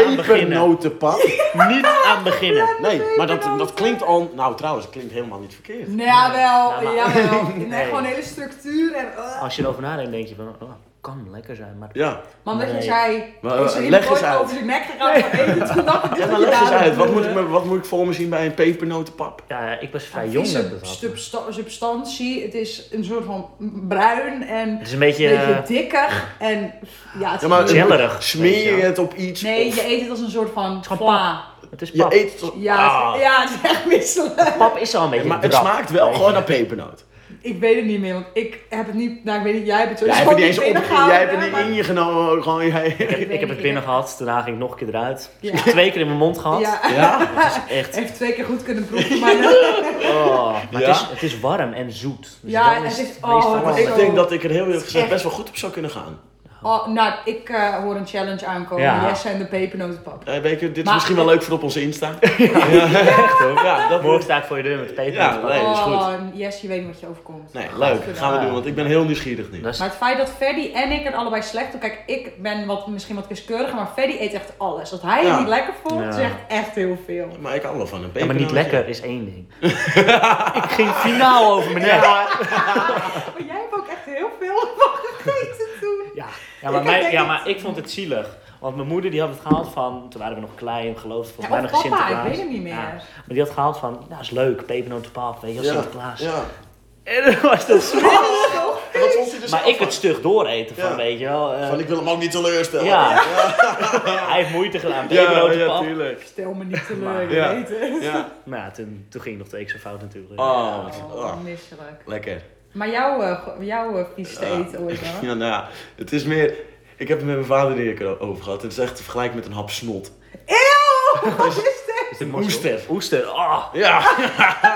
Speaker 2: pepernotenpap?
Speaker 3: Niet aan beginnen.
Speaker 4: [LAUGHS]
Speaker 2: Nee, maar dat, dat klinkt al... Nou, trouwens, het klinkt helemaal niet verkeerd.
Speaker 4: Nee, jawel,
Speaker 3: Nou, maar-
Speaker 2: [LAUGHS]
Speaker 4: jawel. Nee,
Speaker 3: Nee.
Speaker 4: gewoon hele structuur en... eh.
Speaker 3: Als je erover nadenkt, denk je van, oh, kan lekker zijn, maar
Speaker 2: Ja.
Speaker 4: Maar omdat je
Speaker 3: Nee.
Speaker 4: zei,
Speaker 2: Maar,
Speaker 4: is er
Speaker 2: eh,
Speaker 4: iemand
Speaker 2: leg eens
Speaker 4: ooit
Speaker 2: uit.
Speaker 4: over zijn nek gegaan van eten? Toen dacht ik, dit
Speaker 2: Ja, maar
Speaker 4: moet je
Speaker 2: leg eens
Speaker 4: dadelijk
Speaker 2: uit. Wat moet, ik
Speaker 4: noemen.
Speaker 2: me, wat moet ik voor me zien bij een pepernotenpap?
Speaker 3: ja, ik was vrij
Speaker 4: Een
Speaker 3: jong.
Speaker 4: vieze
Speaker 3: dat ik dat had.
Speaker 4: substa- substantie, het is een soort van bruin en
Speaker 3: Het is een beetje...
Speaker 4: een beetje
Speaker 3: eh,
Speaker 4: dikker en ja, het is
Speaker 2: Ja, maar
Speaker 4: heel-
Speaker 3: Jellerig, weet
Speaker 2: Smeer
Speaker 3: je
Speaker 2: je
Speaker 3: wel.
Speaker 2: het op iets?
Speaker 4: Nee,
Speaker 2: of
Speaker 4: je eet het als een soort van
Speaker 3: gewoon
Speaker 4: pla.
Speaker 3: het is
Speaker 2: je
Speaker 3: pap.
Speaker 2: eet het op-
Speaker 4: Ja,
Speaker 2: Ah.
Speaker 4: het- ja, het is echt misselijk.
Speaker 3: Pap is al een beetje
Speaker 2: Maar het
Speaker 3: drap,
Speaker 2: smaakt wel
Speaker 3: weet je.
Speaker 2: gewoon naar pepernoot.
Speaker 4: Ik weet het niet meer, want ik heb het niet, nou ik weet niet, jij hebt het
Speaker 2: Jij
Speaker 4: sowieso
Speaker 2: hebt het niet eens op,
Speaker 4: binnengehouden,
Speaker 2: jij hebt het niet
Speaker 4: maar-
Speaker 2: in je genomen. Gewoon, jij...
Speaker 3: Ik, ik heb het binnen gehad, daarna ging ik nog een keer eruit.
Speaker 4: Ja.
Speaker 3: Ik heb Twee keer in mijn mond gehad.
Speaker 4: Ja, hij
Speaker 2: [LAUGHS] Ja?
Speaker 3: Het
Speaker 4: [LAUGHS]
Speaker 3: is echt...
Speaker 4: heeft twee keer goed kunnen proeven,
Speaker 2: [LAUGHS]
Speaker 4: maar...
Speaker 3: Oh, maar
Speaker 2: Ja?
Speaker 3: het, is, het is warm en zoet. Dus
Speaker 4: Ja,
Speaker 3: dat
Speaker 4: het is-
Speaker 3: het
Speaker 4: oh,
Speaker 3: meeste
Speaker 4: het
Speaker 2: Maar
Speaker 3: van-
Speaker 2: ik
Speaker 4: Zo.
Speaker 2: denk dat ik er heel eerlijk gezegd
Speaker 4: Echt.
Speaker 2: best wel goed op zou kunnen gaan.
Speaker 4: Oh, nou, ik eh, hoor een challenge aankomen.
Speaker 3: Ja.
Speaker 4: Jesse en de pepernotenpap.
Speaker 2: Eh, weet je, dit is
Speaker 4: Maar-
Speaker 2: misschien wel leuk voor op onze Insta. ja, echt hoor. Ja, dat
Speaker 3: [LAUGHS] Morgen sta ik voor je deur met peper.
Speaker 2: Ja, nee, dat is goed.
Speaker 4: Oh, Jesse, je weet niet wat je overkomt.
Speaker 2: Nee, leuk. Dat gaan we doen, want ik ben heel nieuwsgierig nu.
Speaker 3: Dat is
Speaker 4: Maar het feit dat Freddy en ik het allebei slecht doen... Kijk, ik ben wat, misschien wat wiskeuriger, maar Freddy eet echt alles. Als hij
Speaker 2: Ja.
Speaker 4: het niet lekker vond,
Speaker 3: Ja.
Speaker 4: zegt echt heel veel.
Speaker 2: Maar ik hou wel van een pepernoot.
Speaker 3: Ja, maar niet lekker is één ding. [LAUGHS] ik ging finaal over mijn nek. Ja.
Speaker 2: [LAUGHS]
Speaker 4: Maar jij hebt ook echt heel veel van gegeten toen.
Speaker 3: Ja, ja, maar,
Speaker 4: Ik
Speaker 3: mij,
Speaker 4: denk
Speaker 3: ja
Speaker 4: het.
Speaker 3: maar ik vond het zielig. Want mijn moeder die had het gehaald van, toen waren we nog klein, geloof ik, volgens
Speaker 4: Ja, of
Speaker 3: mij nog in
Speaker 4: papa, ik
Speaker 3: Sinterklaas.
Speaker 4: weet het niet meer.
Speaker 3: Ja, maar die had gehaald van, nou is leuk, pepernotenpap, weet je wel, Sinterklaas.
Speaker 2: Ja.
Speaker 3: En dan was dat smerig.
Speaker 2: En wat vond hij dus
Speaker 3: Maar
Speaker 2: zelf
Speaker 3: ik het stug dooreten van,
Speaker 2: Ja.
Speaker 3: weet je wel. eh,
Speaker 2: Van ik wil hem ook niet teleurstellen.
Speaker 3: ja. hij heeft moeite gedaan,
Speaker 2: ja,
Speaker 3: pepernotenpap.
Speaker 2: tuurlijk.
Speaker 4: Stel me niet teleur,
Speaker 2: Ja.
Speaker 4: je weet het.
Speaker 2: Ja.
Speaker 3: nou, ja, toen, toen ging het nog twee keer zo fout natuurlijk.
Speaker 2: Oh, wat-
Speaker 4: Oh,
Speaker 2: oh,
Speaker 4: misselijk.
Speaker 2: lekker.
Speaker 4: Maar jouw, eh, go- jouw eh, vieste
Speaker 2: Ja.
Speaker 4: eten ooit
Speaker 2: [LAUGHS]
Speaker 4: dan?
Speaker 2: Ja, nou ja, het is meer. Ik heb het met mijn vader hier keer over gehad. Het is echt te vergelijken met een hap snot.
Speaker 4: Eeuw, wat is dit?
Speaker 3: Is dit morsel? Oester. Oester, ah.
Speaker 2: Ja,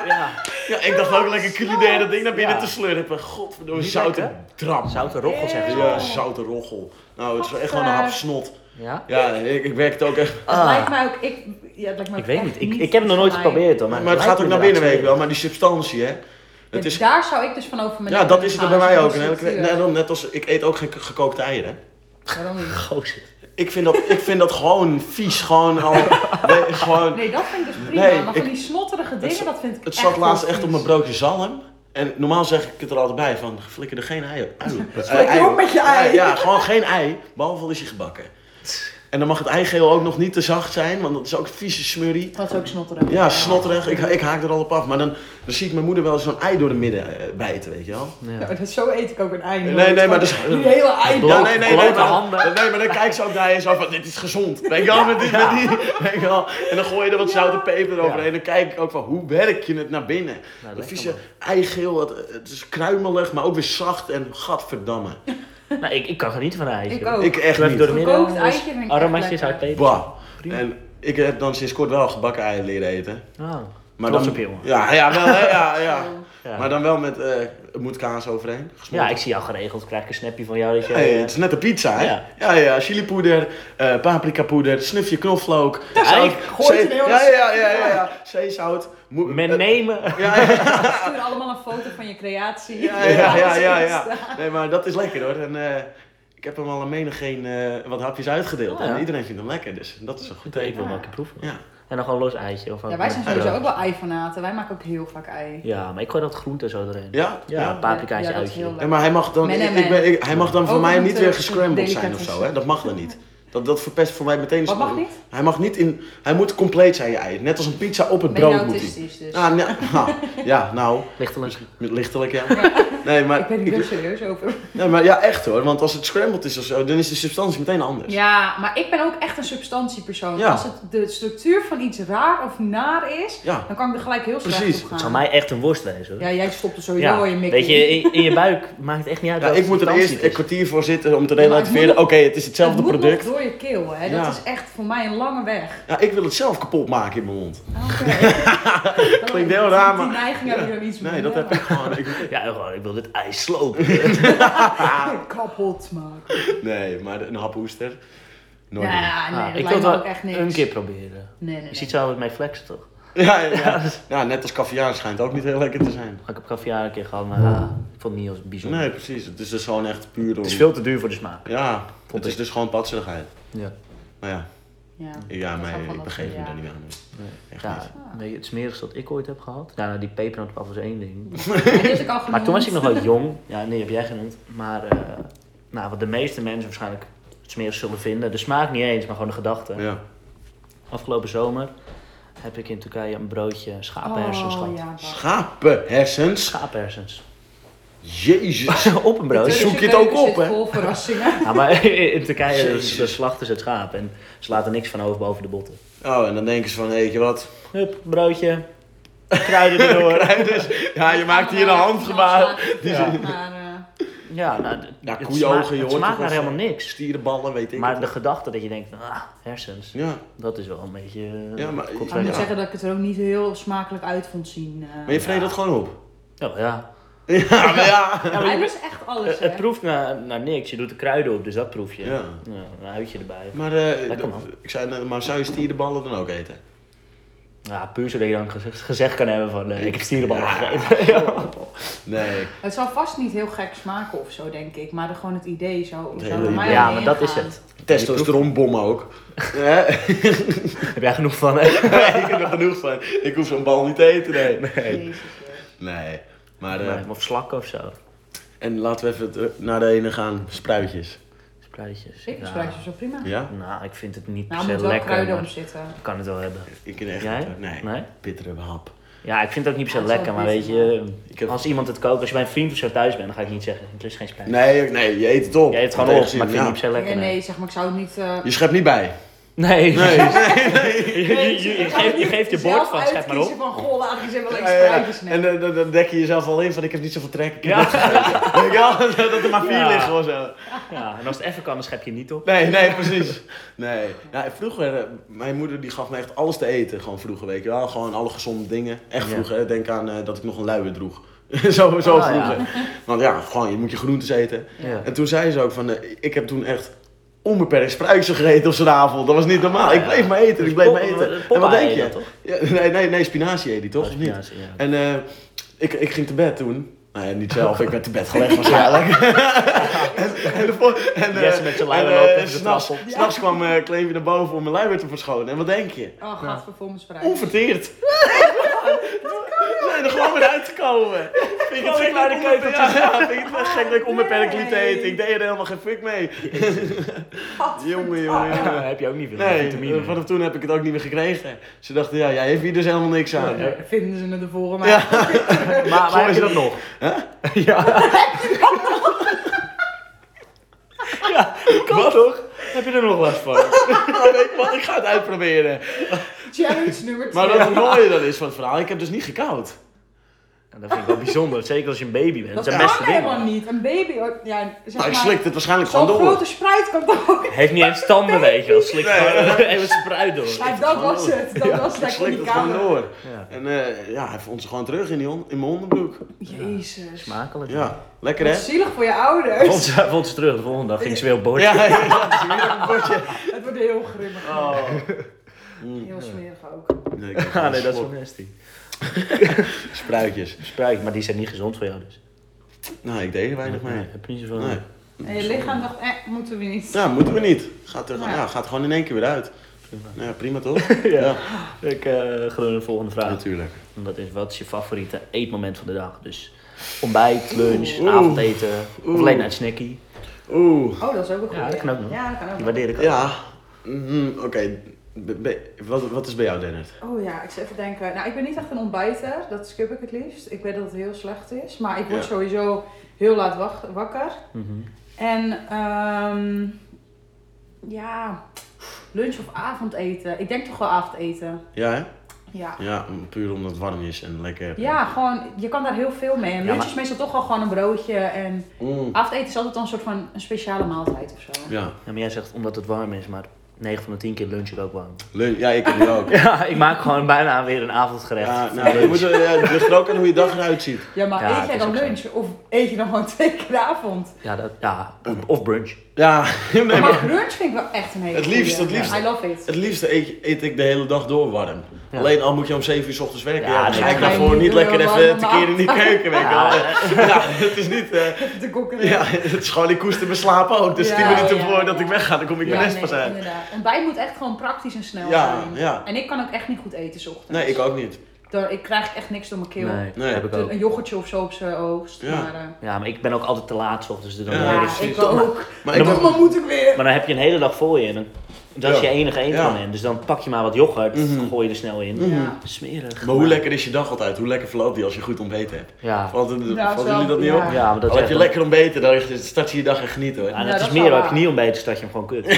Speaker 3: ja.
Speaker 2: ja ik dacht ook lekker culinair dat ding naar binnen
Speaker 3: Ja.
Speaker 2: te slurpen. Godverdomme,
Speaker 3: Niet
Speaker 2: zouten
Speaker 3: lekker?
Speaker 2: tram.
Speaker 3: Zoute roggel zeggen ze.
Speaker 2: Ja, zouten roggel. Nou, het is wel echt gewoon een hap snot.
Speaker 3: Ja?
Speaker 2: Ja, ik, ik werk het ook echt.
Speaker 4: Het lijkt
Speaker 3: Ah.
Speaker 4: mij ook, ik, ja, het lijkt mij
Speaker 3: Ik
Speaker 4: ook
Speaker 3: weet
Speaker 4: echt
Speaker 3: niet, ik, ik heb het nog nooit
Speaker 4: iets
Speaker 3: geprobeerd hoor.
Speaker 2: Maar het gaat ook naar binnen, weet ik wel. Maar die substantie, hè.
Speaker 4: voor mij.
Speaker 2: Het is,
Speaker 4: Daar zou ik dus van over me
Speaker 2: ja,
Speaker 4: nek
Speaker 2: dat
Speaker 4: willen
Speaker 2: is het
Speaker 4: gaan,
Speaker 2: bij mij
Speaker 4: zo'n
Speaker 2: ook. Nou, Net,
Speaker 4: structuur.
Speaker 2: net, net als, ik eet ook geen k- gekookte eieren.
Speaker 4: Waarom niet?
Speaker 3: Gozer.
Speaker 2: Ik vind dat, ik vind dat gewoon vies. Gewoon al.
Speaker 3: [LAUGHS]
Speaker 2: Nee, gewoon,
Speaker 4: Nee, dat vind ik dus prima.
Speaker 2: Nee,
Speaker 4: maar
Speaker 2: ik-
Speaker 4: van die snotterige dingen, dat vind ik
Speaker 2: Het
Speaker 4: echt
Speaker 2: zat laatst
Speaker 4: heel
Speaker 2: echt
Speaker 4: vies.
Speaker 2: op mijn broodje zalm. En normaal zeg ik het er altijd bij van, flikker er geen ei op. Ui,
Speaker 4: Flikker
Speaker 2: ei
Speaker 4: op
Speaker 2: op.
Speaker 4: met je ei.
Speaker 2: Ja, ja, gewoon geen ei, behalve al is hij gebakken. En dan mag het eigeel ook nog niet te zacht zijn, want dat is ook vieze smurrie.
Speaker 4: Dat is ook snotterig.
Speaker 2: Ja, snotterig, ik, ik haak er al op af. Maar dan, dan zie ik mijn moeder wel eens zo'n ei door de midden eh, bijten, weet je wel.
Speaker 4: Ja, dat, zo eet ik ook een ei.
Speaker 2: Nee, nee, maar dat is-
Speaker 4: Die hele ei.
Speaker 3: Blote-
Speaker 2: Ja, nee, nee, nee,
Speaker 3: blote
Speaker 2: maar,
Speaker 3: handen.
Speaker 2: nee, maar dan kijk ze ook naar je zo van, dit is gezond. Weet je wel, met die, met die, weet je wel. En dan gooi je er wat zout en peper overheen. En dan kijk ik ook van, hoe werk je het naar binnen? dat
Speaker 3: Nou, lekker,
Speaker 2: vieze eigeel, het, het is kruimelig, maar ook weer zacht en gadverdamme.
Speaker 3: Nou, ik, ik kan genieten van een eitje.
Speaker 4: Ik ook.
Speaker 2: Ik echt
Speaker 3: Even door de
Speaker 2: niet.
Speaker 3: midden.
Speaker 4: Gekookt eitje vind ik echt
Speaker 3: Aromatjes
Speaker 4: lekker.
Speaker 3: uit peper.
Speaker 2: Bah. En ik heb dan sinds kort wel gebakken eieren leren eten.
Speaker 3: Ah,
Speaker 2: Maar
Speaker 3: trots
Speaker 2: dan,
Speaker 3: op je, jongen.
Speaker 2: Ja, ja, wel, hè, ja, ja.
Speaker 3: Ja.
Speaker 2: Maar dan wel met, eh, er moet kaas overheen.
Speaker 3: Ja,
Speaker 2: gesmolten
Speaker 3: ik zie jou geregeld. Krijg ik een snapje van jou dat je...
Speaker 2: Hey, het is net een pizza, hè?
Speaker 3: Ja.
Speaker 2: Ja, ja, chilipoeder, eh paprikapoeder, snufje knoflook.
Speaker 3: eigenlijk
Speaker 2: gooi
Speaker 3: gooit
Speaker 2: je
Speaker 3: het heel
Speaker 2: ja, ja, ja, ja, ja. Zeezout. moe-
Speaker 3: Men
Speaker 2: eh,
Speaker 3: nemen. [LAUGHS]
Speaker 2: ja, ja, [LAUGHS]
Speaker 4: Stuur allemaal een foto van je creatie.
Speaker 2: ja, ja, ja, ja,
Speaker 4: zoiets.
Speaker 2: ja. Nee, maar dat is lekker hoor. En, eh, ik heb hem al een menigeen eh, wat hapjes uitgedeeld.
Speaker 3: Oh, ja.
Speaker 2: En iedereen vindt hem lekker, dus dat is een goed
Speaker 3: Ik
Speaker 2: teken.
Speaker 3: wil hem ook een keer proeven.
Speaker 2: Ja.
Speaker 3: En dan gewoon los eitje. Of
Speaker 4: Ja, wij zijn
Speaker 3: Ja.
Speaker 4: sowieso ook wel eifanaten. Wij maken ook heel vaak ei.
Speaker 3: Ja, maar ik gooi dat groente zo erin.
Speaker 2: Ja?
Speaker 3: Ja, paprikaatje
Speaker 4: Ja, dat is
Speaker 3: uitje.
Speaker 4: heel
Speaker 2: Ja, maar hij mag dan,
Speaker 4: Men Oh, en
Speaker 2: ik, ik ben, ik- hij mag dan voor
Speaker 4: Ook
Speaker 2: mij
Speaker 4: omdat
Speaker 2: niet
Speaker 4: er
Speaker 2: weer gescrambled zijn of
Speaker 4: eh, delicatessen
Speaker 2: zo, hè? Dat mag dan niet. Dat, dat verpest voor mij meteen de
Speaker 4: Wat mag
Speaker 2: smaak.
Speaker 4: niet?
Speaker 2: Hij mag niet in, hij moet compleet zijn je ei. Net als een pizza op het
Speaker 4: Ben je
Speaker 2: brood moet hij.
Speaker 4: autistisch dus?
Speaker 2: Ah, nee, ah, ja, [LAUGHS] nou,
Speaker 3: Lichtelijk.
Speaker 2: met lichtelijk ja. Nee,
Speaker 4: [LAUGHS]
Speaker 2: maar,
Speaker 4: ik ben hier
Speaker 2: ik-
Speaker 4: heel serieus
Speaker 2: [LAUGHS]
Speaker 4: over.
Speaker 2: nee, maar ja, echt hoor. Want als het scrambled is of zo, dan is de substantie meteen anders.
Speaker 4: Ja, maar ik ben ook echt een substantiepersoon.
Speaker 2: Ja.
Speaker 4: Als het de structuur van iets raar of naar is,
Speaker 2: Ja.
Speaker 4: dan kan ik er gelijk heel slecht
Speaker 2: Precies.
Speaker 4: op
Speaker 3: Het
Speaker 4: gaan.
Speaker 3: zou mij echt een worst wezen. hoor.
Speaker 4: Ja, jij stopt er sowieso al je mik
Speaker 3: Weet je,
Speaker 4: in.
Speaker 3: in, in je buik maakt het echt niet uit
Speaker 2: Ja,
Speaker 3: welke
Speaker 2: ik moet er
Speaker 3: substantie
Speaker 2: eerst
Speaker 3: het
Speaker 2: een
Speaker 3: is.
Speaker 2: kwartier voor zitten om te
Speaker 4: maar het
Speaker 2: relativeren. Oké,
Speaker 4: moet-
Speaker 2: het is hetzelfde
Speaker 4: het moet
Speaker 2: product.
Speaker 4: nog door je keel, hè.
Speaker 2: Ja.
Speaker 4: Dat is echt voor mij een lange
Speaker 2: [LAUGHS]
Speaker 4: weg.
Speaker 2: Ja, ik wil het zelf kapot maken in mijn mond.
Speaker 4: Klinkt
Speaker 2: heel raar, maar-
Speaker 4: Die neiging heb ik er iets
Speaker 2: Nee, dat heb ik gewoon. Ik,
Speaker 3: Ja, gewoon, ik wil dit ijs slopen.
Speaker 4: [LAUGHS] Kapot maken.
Speaker 2: [LAUGHS] nee, maar een hap oester. Nooit doen.
Speaker 4: Ja, nee,
Speaker 3: Ah,
Speaker 4: dat
Speaker 3: ik wil
Speaker 4: lijkt
Speaker 3: het
Speaker 4: me
Speaker 3: wel
Speaker 4: ook echt niks.
Speaker 3: een keer proberen.
Speaker 4: Nee, nee,
Speaker 3: Je
Speaker 4: nee.
Speaker 3: ziet zo altijd mij flexen toch?
Speaker 2: Ja, ja, [LAUGHS] ja. ja, net als caviar schijnt ook niet heel lekker te zijn.
Speaker 3: Maar Ik heb caviar een keer gehad, maar ah, ik vond het niet heel bijzonder.
Speaker 2: Nee, precies. Het is dus gewoon echt puur om...
Speaker 3: Het is veel te duur voor de smaak.
Speaker 2: Ja, het
Speaker 3: ik.
Speaker 2: is dus gewoon patserigheid.
Speaker 3: Ja.
Speaker 2: Maar ja,
Speaker 4: Ja,
Speaker 2: ik, ja,
Speaker 4: dat
Speaker 2: maar,
Speaker 4: zal wel
Speaker 2: ik
Speaker 4: wat
Speaker 2: begeef
Speaker 4: zijn,
Speaker 2: me
Speaker 4: ja.
Speaker 2: daar niet aan. hoor. Echt niet.
Speaker 3: Ja, weet je, het smerigste dat ik ooit heb gehad. Ah. Ja, nou, die pepernotenpap was één ding.
Speaker 4: Maar dit heb ik al
Speaker 3: [LAUGHS] Maar
Speaker 4: genoemd.
Speaker 3: toen was ik nog wel jong. Ja, nee, heb jij genoemd. Maar eh, nou, wat de meeste mensen waarschijnlijk het smerig zullen vinden. De smaak niet eens, maar gewoon de gedachte.
Speaker 2: Ja.
Speaker 3: Afgelopen zomer heb ik in Turkije een broodje schapenhersens
Speaker 4: Oh,
Speaker 3: gehad.
Speaker 4: ja, wacht.
Speaker 2: Schapenhersens?
Speaker 3: Schapenhersens.
Speaker 2: Jezus.
Speaker 3: [LAUGHS] Op een broodje.
Speaker 2: zoek je het ook
Speaker 4: Turkse keuken
Speaker 2: op, hè?
Speaker 4: zit vol verrassingen.
Speaker 3: Ja, maar [LAUGHS] in Turkije
Speaker 2: Jezus.
Speaker 3: ze slachten ze het schaap en ze laten niks van over boven de botten.
Speaker 2: Oh, en dan denken ze van, weet je wat? [LAUGHS]
Speaker 3: Hup, broodje, kruiden erdoor.
Speaker 2: [LAUGHS] Ja, je maakt hier een handgebaar.
Speaker 4: Ja. Maar, eh,
Speaker 3: [LAUGHS] Ja, nou, d-
Speaker 2: Ja,
Speaker 3: het,
Speaker 2: koeien
Speaker 3: smaakt,
Speaker 2: ogen, je
Speaker 3: het
Speaker 2: hoort
Speaker 3: smaakt
Speaker 2: toch
Speaker 3: naar
Speaker 2: wel-
Speaker 3: helemaal niks.
Speaker 2: Stierenballen, weet ik
Speaker 3: Maar
Speaker 2: het.
Speaker 3: de gedachte dat je denkt, ah, hersens,
Speaker 2: Ja,
Speaker 3: dat is wel een beetje... eh,
Speaker 2: Ja, maar-
Speaker 4: ik moet
Speaker 2: Ja.
Speaker 4: zeggen dat ik het er ook niet heel smakelijk uit vond zien. eh.
Speaker 2: maar je vreet
Speaker 3: Ja.
Speaker 2: dat gewoon [LAUGHS] op.
Speaker 3: Ja, Oh, ja. Eh,
Speaker 2: Ja, maar ja.
Speaker 4: Hij was echt alles,
Speaker 3: Het,
Speaker 4: hè.
Speaker 3: het proeft naar, naar niks, je doet de kruiden op, dus dat proef je.
Speaker 2: Ja.
Speaker 3: een huidje erbij.
Speaker 2: Maar, eh,
Speaker 3: Lekker,
Speaker 2: dat-
Speaker 3: man.
Speaker 2: ik zei, net, maar zou je stierenballen dan ook eten?
Speaker 3: Ja, puur zodat je dan gezegd, gezegd kan hebben van, eh, ik heb stierenballen
Speaker 2: Ja.
Speaker 3: gegeten. [LAUGHS] Ja.
Speaker 2: [LAUGHS] Nee.
Speaker 4: Het zal vast niet heel gek smaken of zo, denk ik. Maar gewoon het idee zo.
Speaker 2: Nee,
Speaker 4: zou
Speaker 2: nee,
Speaker 4: er mij
Speaker 2: nee.
Speaker 3: Ja,
Speaker 4: al
Speaker 3: maar
Speaker 4: in
Speaker 3: dat is
Speaker 4: gaan.
Speaker 3: het.
Speaker 2: Testosteronbom ook. Hè? [LAUGHS]
Speaker 3: Heb jij genoeg van, hè?
Speaker 2: ik heb er genoeg van. Ik hoef zo'n bal niet te eten, nee. Nee.
Speaker 4: Jezus, joh.
Speaker 2: Maar, eh,
Speaker 3: Nee, Of slakken of zo.
Speaker 2: en laten we even eh, naar de ene gaan. Spruitjes.
Speaker 3: kruidjes.
Speaker 4: Zeker,
Speaker 3: Ja.
Speaker 4: spruitjes is wel prima.
Speaker 2: Ja?
Speaker 3: Nou, ik vind het niet
Speaker 4: Nou,
Speaker 3: per
Speaker 4: er moet
Speaker 3: se
Speaker 4: wel
Speaker 3: lekker,
Speaker 4: kruiden om
Speaker 3: maar
Speaker 4: zitten.
Speaker 3: ik kan het wel hebben.
Speaker 2: Ik kan echt
Speaker 3: Jij?
Speaker 2: niet. Nee.
Speaker 3: Nee?
Speaker 2: Bittere hap.
Speaker 3: Ja, ik vind het ook niet per se
Speaker 4: Ah, het is
Speaker 3: lekker,
Speaker 4: wel
Speaker 3: maar weet
Speaker 4: pittig,
Speaker 3: je,
Speaker 2: Ik heb-
Speaker 3: als iemand het kookt, als je bij een vriend of zo thuis bent, dan ga ik niet zeggen, het is geen spruitje.
Speaker 2: Nee, nee, je eet het op.
Speaker 3: Je eet het gewoon op,
Speaker 2: Tegenzin,
Speaker 3: maar ik vind het
Speaker 2: ja.
Speaker 3: niet per se
Speaker 4: Nee,
Speaker 3: lekker.
Speaker 4: nee, zeg maar, ik zou het niet... eh,
Speaker 2: Je schept niet bij.
Speaker 3: Nee,
Speaker 2: Nee.
Speaker 3: [LAUGHS] Je, je- je- je geeft, je geeft je bord
Speaker 4: zelf
Speaker 3: van, schrijf maar
Speaker 4: uitkiezen
Speaker 3: op.
Speaker 4: van, goh, laat ik eens even lekker
Speaker 2: Ja, ja, ja.
Speaker 4: spruitjes nemen.
Speaker 2: En eh, dan- dan dek je jezelf al in van ik heb niet zoveel trek. [LAUGHS] Ik heb
Speaker 3: Ja.
Speaker 2: net gegeten. Weet je wel? [LAUGHS] dat er maar vier
Speaker 3: Ja.
Speaker 2: liggen of zo.
Speaker 3: Ja, en als het even kan, dan schep je niet op.
Speaker 2: Nee, nee, precies. Nee. Ja, vroeger, eh, mijn moeder die gaf me echt alles te eten. Gewoon vroeger, weet je wel. Gewoon alle gezonde dingen. Echt
Speaker 3: Ja.
Speaker 2: vroeger. hè. Denk aan eh, dat ik nog een luier droeg. [LAUGHS] zo zo
Speaker 3: Ah, ja.
Speaker 2: vroeger. Want ja, gewoon, je moet je groentes eten.
Speaker 3: Ja.
Speaker 2: En toen zei ze ook van, eh, ik heb toen echt onbeperkt spruitjes gegeten op zo'n avond. Dat was niet normaal.
Speaker 3: Ah,
Speaker 2: Ik
Speaker 3: ja.
Speaker 2: bleef maar eten, ik bleef maar
Speaker 3: Pop-
Speaker 2: eten. En
Speaker 3: Popeye
Speaker 2: wat denk
Speaker 3: heet
Speaker 2: je?
Speaker 3: dat toch?
Speaker 2: Ja, nee, nee, nee, spinazie eet die toch? Of niet?
Speaker 3: Ja, ja.
Speaker 2: En eh, ik, ik ging te bed toen. Nou ja, niet [LAUGHS] zelf, ik werd te bed gelegd waarschijnlijk. [LAUGHS] en, en de vol- en, eh,
Speaker 3: Jesse met zijn
Speaker 2: en,
Speaker 3: luier
Speaker 2: eh,
Speaker 3: loopt even de
Speaker 2: s'nachts-
Speaker 3: trap op.
Speaker 2: S'nachts kwam eh Clem weer naar boven om mijn luier te verschonen. En wat denk je? [LAUGHS]
Speaker 4: Oh, gaat voor mijn spruitjes.
Speaker 2: Onverteerd. We zijn er gewoon weer uitgekomen. Vind je het
Speaker 3: Gewoon
Speaker 2: gek
Speaker 3: naar de
Speaker 2: om onbeperkt-
Speaker 3: keuken
Speaker 2: Ja, ja, vind je het gek dat ik onbeperkt liet te
Speaker 4: Nee.
Speaker 2: eten? Ik deed er helemaal geen fuck mee. [LAUGHS] Jongen, jongen,
Speaker 3: Ja,
Speaker 2: jongen.
Speaker 3: heb je ook niet veel
Speaker 2: Nee,
Speaker 3: vitamine.
Speaker 2: eh, vanaf toen heb ik het ook niet meer gekregen. Ze dachten, ja, jij heeft hier dus helemaal niks aan.
Speaker 4: Vinden ze het ervoor, maar...
Speaker 2: Ja.
Speaker 3: maar maar
Speaker 2: Gooi
Speaker 3: heb je
Speaker 2: ze
Speaker 3: dat
Speaker 2: in.
Speaker 3: nog? [LAUGHS] Ja. ja, kan toch? Heb je er nog last van?
Speaker 2: Maar weet je wat, ik ga het uitproberen.
Speaker 4: [LAUGHS] Challenge nummer 2.
Speaker 2: Maar wat het mooie dan is van het verhaal, ik heb dus niet gekauwd.
Speaker 3: Ja, dat vind ik wel bijzonder, zeker als je een baby bent. Dat
Speaker 4: Dat
Speaker 3: zijn
Speaker 4: kan
Speaker 3: beste
Speaker 4: helemaal
Speaker 3: dingen. Nou,
Speaker 4: niet. Een baby, hoor. ja, zeg
Speaker 2: Maar
Speaker 4: maar,
Speaker 2: ik slikte het waarschijnlijk
Speaker 4: zo'n
Speaker 2: gewoon door.
Speaker 4: grote spruit kan toch ook...
Speaker 3: Heeft niet eens tanden, weet je wel. Slik gewoon even spruit door.
Speaker 4: Ja, dat was het. Dat was
Speaker 2: Ik
Speaker 4: het. in
Speaker 2: slikte
Speaker 4: die
Speaker 2: het gewoon
Speaker 4: kamer.
Speaker 2: door.
Speaker 3: Ja.
Speaker 2: En eh, ja, hij vond ze gewoon terug in, die hon- in mijn onderbroek.
Speaker 4: Jezus.
Speaker 3: Smakelijk.
Speaker 2: Ja, lekker
Speaker 4: Wat
Speaker 2: hè?
Speaker 4: zielig voor je
Speaker 3: Vond
Speaker 4: ouders.
Speaker 3: ze, vond ze terug, de volgende dag ging ze weer op bord.
Speaker 2: Ja, [LAUGHS] ja, ja, het is weer een bordje.
Speaker 4: Het wordt heel grimmig.
Speaker 2: Oh.
Speaker 4: Heel smerig ook.
Speaker 2: Nee, ik heb
Speaker 3: [LAUGHS] Ah, nee,
Speaker 2: een
Speaker 3: dat is wel
Speaker 2: slok
Speaker 3: nasty.
Speaker 2: Spruitjes.
Speaker 3: Spruit, maar die zijn niet gezond voor jou dus.
Speaker 2: Nou, ik deed er weinig mee.
Speaker 3: heb je niet zoveel
Speaker 2: Nee.
Speaker 4: En je lichaam dacht, eh, moeten we niet.
Speaker 2: Nou, moeten we niet. Gaat er, gewoon-
Speaker 4: Ja.
Speaker 2: ja, gaat gewoon in één keer weer uit. Ja, prima toch?
Speaker 3: [LAUGHS] Ja.
Speaker 2: ja,
Speaker 3: Ik eh ga door naar de volgende vraag.
Speaker 2: natuurlijk.
Speaker 3: En Dat is, wat is je favoriete eetmoment van de dag? Dus ontbijt, lunch,
Speaker 2: Oeh.
Speaker 3: avondeten, of
Speaker 2: Oeh.
Speaker 3: late night snackie.
Speaker 2: Oeh.
Speaker 4: Oh, dat is ook een goede.
Speaker 3: Ja, dat kan ook nog.
Speaker 4: Ja, dat kan ook
Speaker 3: Die
Speaker 4: nog.
Speaker 3: waardeer ik ook.
Speaker 2: Ja. Mhm, Oké, Be- be- wat, wat is bij jou, Dennert?
Speaker 4: Oh ja, ik zit even denken. Nou, ik ben niet echt een ontbijter. Dat skip ik het liefst. Ik weet dat het heel slecht is. Maar ik word
Speaker 2: Ja.
Speaker 4: sowieso heel laat wak- wakker.
Speaker 3: Mhm.
Speaker 4: En ehm ja, lunch of avondeten. Ik denk toch wel avondeten.
Speaker 2: Ja, hè?
Speaker 4: Ja.
Speaker 2: Ja, m- puur omdat het warm is en lekker.
Speaker 4: Ja, gewoon, je kan daar heel veel mee. En lunch
Speaker 3: maar-
Speaker 4: is meestal toch wel gewoon een broodje. En
Speaker 2: Mm.
Speaker 4: avondeten is altijd dan een soort van een speciale maaltijd of zo.
Speaker 2: Ja,
Speaker 3: Ja, maar jij zegt omdat het warm is, maar 9 van de 10 keer lunch ik ook warm.
Speaker 2: leuk. Ja, ik heb nu
Speaker 3: [LAUGHS]
Speaker 2: ook.
Speaker 3: Ja, ik maak gewoon bijna weer een avondgerecht.
Speaker 2: Ja, nou, je moet er, ja, het ligt er ook aan hoe je dag eruit ziet.
Speaker 4: Ja, maar
Speaker 3: Ja,
Speaker 4: eet
Speaker 3: het
Speaker 4: jij
Speaker 3: is
Speaker 4: dan
Speaker 3: ook zo.
Speaker 4: lunch? Of eet je dan gewoon [LAUGHS] twee keer de avond?
Speaker 3: Ja, dat, ja of, of brunch.
Speaker 2: Ja, [LAUGHS] nee, maar
Speaker 4: Maar lunch vind ik wel echt een hele
Speaker 2: Het liefst,
Speaker 4: goeie.
Speaker 2: het liefst.
Speaker 4: I love it.
Speaker 2: het liefste eet, eet ik de hele dag door warm.
Speaker 3: Ja.
Speaker 2: Alleen al moet je om 7 uur 's ochtends werken.
Speaker 3: Ja,
Speaker 2: Ja, dan
Speaker 3: nee.
Speaker 2: ga ik
Speaker 3: Ja,
Speaker 2: daarvoor
Speaker 4: je
Speaker 2: niet
Speaker 4: moet
Speaker 2: lekker
Speaker 4: wel
Speaker 2: even
Speaker 4: warm
Speaker 2: te keer in die keuken. Weet je wel.
Speaker 3: Ja.
Speaker 2: [LAUGHS] Ja, het is niet. eh,
Speaker 4: De kokkerij.
Speaker 2: [LAUGHS] ja, het is gewoon, ik koester me slapen ook. Dus
Speaker 4: Ja,
Speaker 2: 10 minuten
Speaker 4: ja,
Speaker 2: voor
Speaker 4: ja.
Speaker 2: dat ik wegga, dan kom ik mijn nest pas uit.
Speaker 4: inderdaad. Ontbijt moet echt gewoon praktisch en snel
Speaker 2: Ja,
Speaker 4: zijn.
Speaker 2: ja.
Speaker 4: En ik kan ook echt niet goed eten 's ochtends.
Speaker 2: Nee, ik ook niet.
Speaker 4: Daar- ik krijg echt niks door mijn keel.
Speaker 3: Nee,
Speaker 2: Nee.
Speaker 3: heb ik ook.
Speaker 4: Een yoghurtje of zo op zijn oogst.
Speaker 2: Ja.
Speaker 4: Maar, eh,
Speaker 3: Ja, maar ik ben ook altijd te laat, 's ochtends. Dus dan
Speaker 2: Ja,
Speaker 4: ja,
Speaker 3: word ik-
Speaker 2: precies.
Speaker 4: ik ook.
Speaker 2: Maar ik
Speaker 3: Dan
Speaker 2: heb-
Speaker 4: Maar moet ik weer?
Speaker 3: Maar dan heb je een hele dag voor je en dan, dat is
Speaker 2: Ja.
Speaker 3: je enige eetmoment.
Speaker 2: Ja.
Speaker 3: Dus dan pak je maar wat yoghurt,
Speaker 2: Mhm.
Speaker 3: gooi je er snel in.
Speaker 4: Ja.
Speaker 3: Smerig.
Speaker 2: maar hoe lekker is je dag altijd? Hoe lekker verloopt die als je goed ontbeten hebt?
Speaker 3: Ja.
Speaker 2: Valt,
Speaker 4: Nou,
Speaker 2: vallen
Speaker 4: zo,
Speaker 2: jullie dat niet
Speaker 4: ja.
Speaker 2: op?
Speaker 3: Ja, maar dat
Speaker 2: Al heb
Speaker 3: is
Speaker 2: je lekker ontbeten, dan start je je dag en genieten hoor.
Speaker 3: Ja, en
Speaker 4: Ja,
Speaker 3: het
Speaker 4: dat
Speaker 3: is
Speaker 4: is
Speaker 3: meer
Speaker 4: wel
Speaker 3: ook
Speaker 4: waar.
Speaker 3: knieontbeten dat je hem gewoon kut.
Speaker 2: [LAUGHS]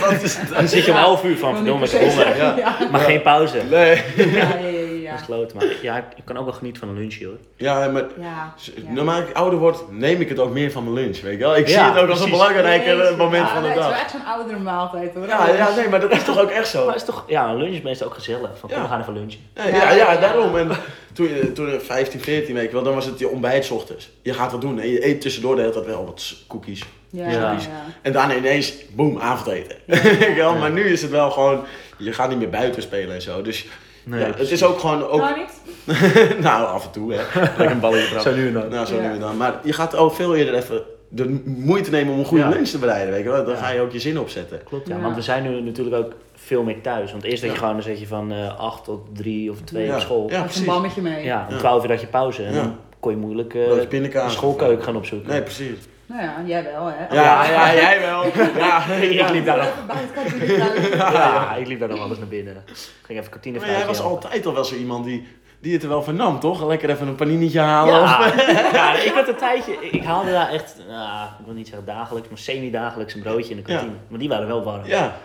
Speaker 2: Dat is het.
Speaker 3: Dan zit je om 11 uur van, verdomme, ik heb honger.
Speaker 2: ja.
Speaker 4: Ja,
Speaker 3: Maar geen pauze.
Speaker 2: Nee.
Speaker 4: ja, ja, ja,
Speaker 3: Dat
Speaker 2: [LAUGHS]
Speaker 4: ja.
Speaker 3: is kloot, maar ja, ik- ik kan ook wel genieten van een lunchje hoor.
Speaker 2: Ja, nou, maar
Speaker 4: Ja, ja.
Speaker 2: naarmate ik ouder word, neem ik het ook meer van mijn lunch, weet je wel? Ik
Speaker 3: Ja,
Speaker 2: zie het ook als een
Speaker 3: precies.
Speaker 2: belangrijk eh,
Speaker 4: Jezus,
Speaker 2: moment
Speaker 4: ja,
Speaker 2: van de
Speaker 4: nee, Het is
Speaker 2: dag.
Speaker 4: wel echt zo'n oudere maaltijd hoor.
Speaker 2: Ja, ja, nee, maar dat is toch ook echt zo?
Speaker 3: Maar het is toch, ja, een lunch is meestal ook gezellig. Van, kom,
Speaker 2: Ja.
Speaker 3: we gaan even lunchen.
Speaker 2: Ja, ja, ja, daarom. En toen, je- toen je 15, 14 weet je wel, dan was het je ontbijt 's ochtends. Je gaat dat doen en je eet tussendoor de hele tijd wel wat s- cookies.
Speaker 4: Ja,
Speaker 3: Ja.
Speaker 4: ja,
Speaker 2: En daarna ineens, boem, avondeten. [LAUGHS] Weet je wel? maar nu is het wel gewoon, je gaat niet meer buiten spelen en zo. Dus
Speaker 3: Nee,
Speaker 2: ja, het is ook gewoon, ook,
Speaker 4: Nou niet?
Speaker 2: [LAUGHS] nou af en toe hè, lekker een balletje trappen.
Speaker 3: nu en dan.
Speaker 2: Nou, zo
Speaker 4: Ja.
Speaker 2: nu en dan. Maar je gaat ook veel eerder even de moeite nemen om een goede
Speaker 3: Ja.
Speaker 2: lunch te bereiden. Weet je wel? Dan
Speaker 3: Ja.
Speaker 2: ga je ook je zin opzetten.
Speaker 3: Klopt, ja,
Speaker 4: Ja.
Speaker 3: want we zijn nu natuurlijk ook veel meer thuis. Want eerst dat je
Speaker 2: Ja.
Speaker 3: gewoon, dan zit je van eh 8 tot 3 of 2
Speaker 2: Ja.
Speaker 3: op school.
Speaker 2: Ja,
Speaker 4: Met een
Speaker 2: precies.
Speaker 4: bammetje mee.
Speaker 3: Ja, om
Speaker 2: Ja.
Speaker 3: 12 uur had je pauze. En
Speaker 2: Ja.
Speaker 3: dan kon je moeilijk
Speaker 2: Broodje
Speaker 3: eh
Speaker 2: pindakaas.
Speaker 3: [LAUGHS] een schoolkeuken gaan opzoeken.
Speaker 2: Nee, precies.
Speaker 4: Nou ja, jij wel hè.
Speaker 2: Ja, ja, jij [LAUGHS] wel. Ja,
Speaker 3: Ik liep daar nog.
Speaker 4: Even bij het kabinet uit.
Speaker 3: [LAUGHS] Ja, ik liep daar nog wel eens naar binnen. Ging even kantine
Speaker 2: Maar jij was
Speaker 3: al.
Speaker 2: altijd al wel zo iemand die, die het er wel van nam, toch? Lekker even een paninietje halen. of- [LAUGHS]
Speaker 3: Ja, ja, ik had een tijdje, ik ik haalde daar echt, nou, ik wil niet zeggen dagelijks, maar semi-dagelijks een broodje in de kantine.
Speaker 2: Ja.
Speaker 3: Maar die waren wel warm.
Speaker 2: ja.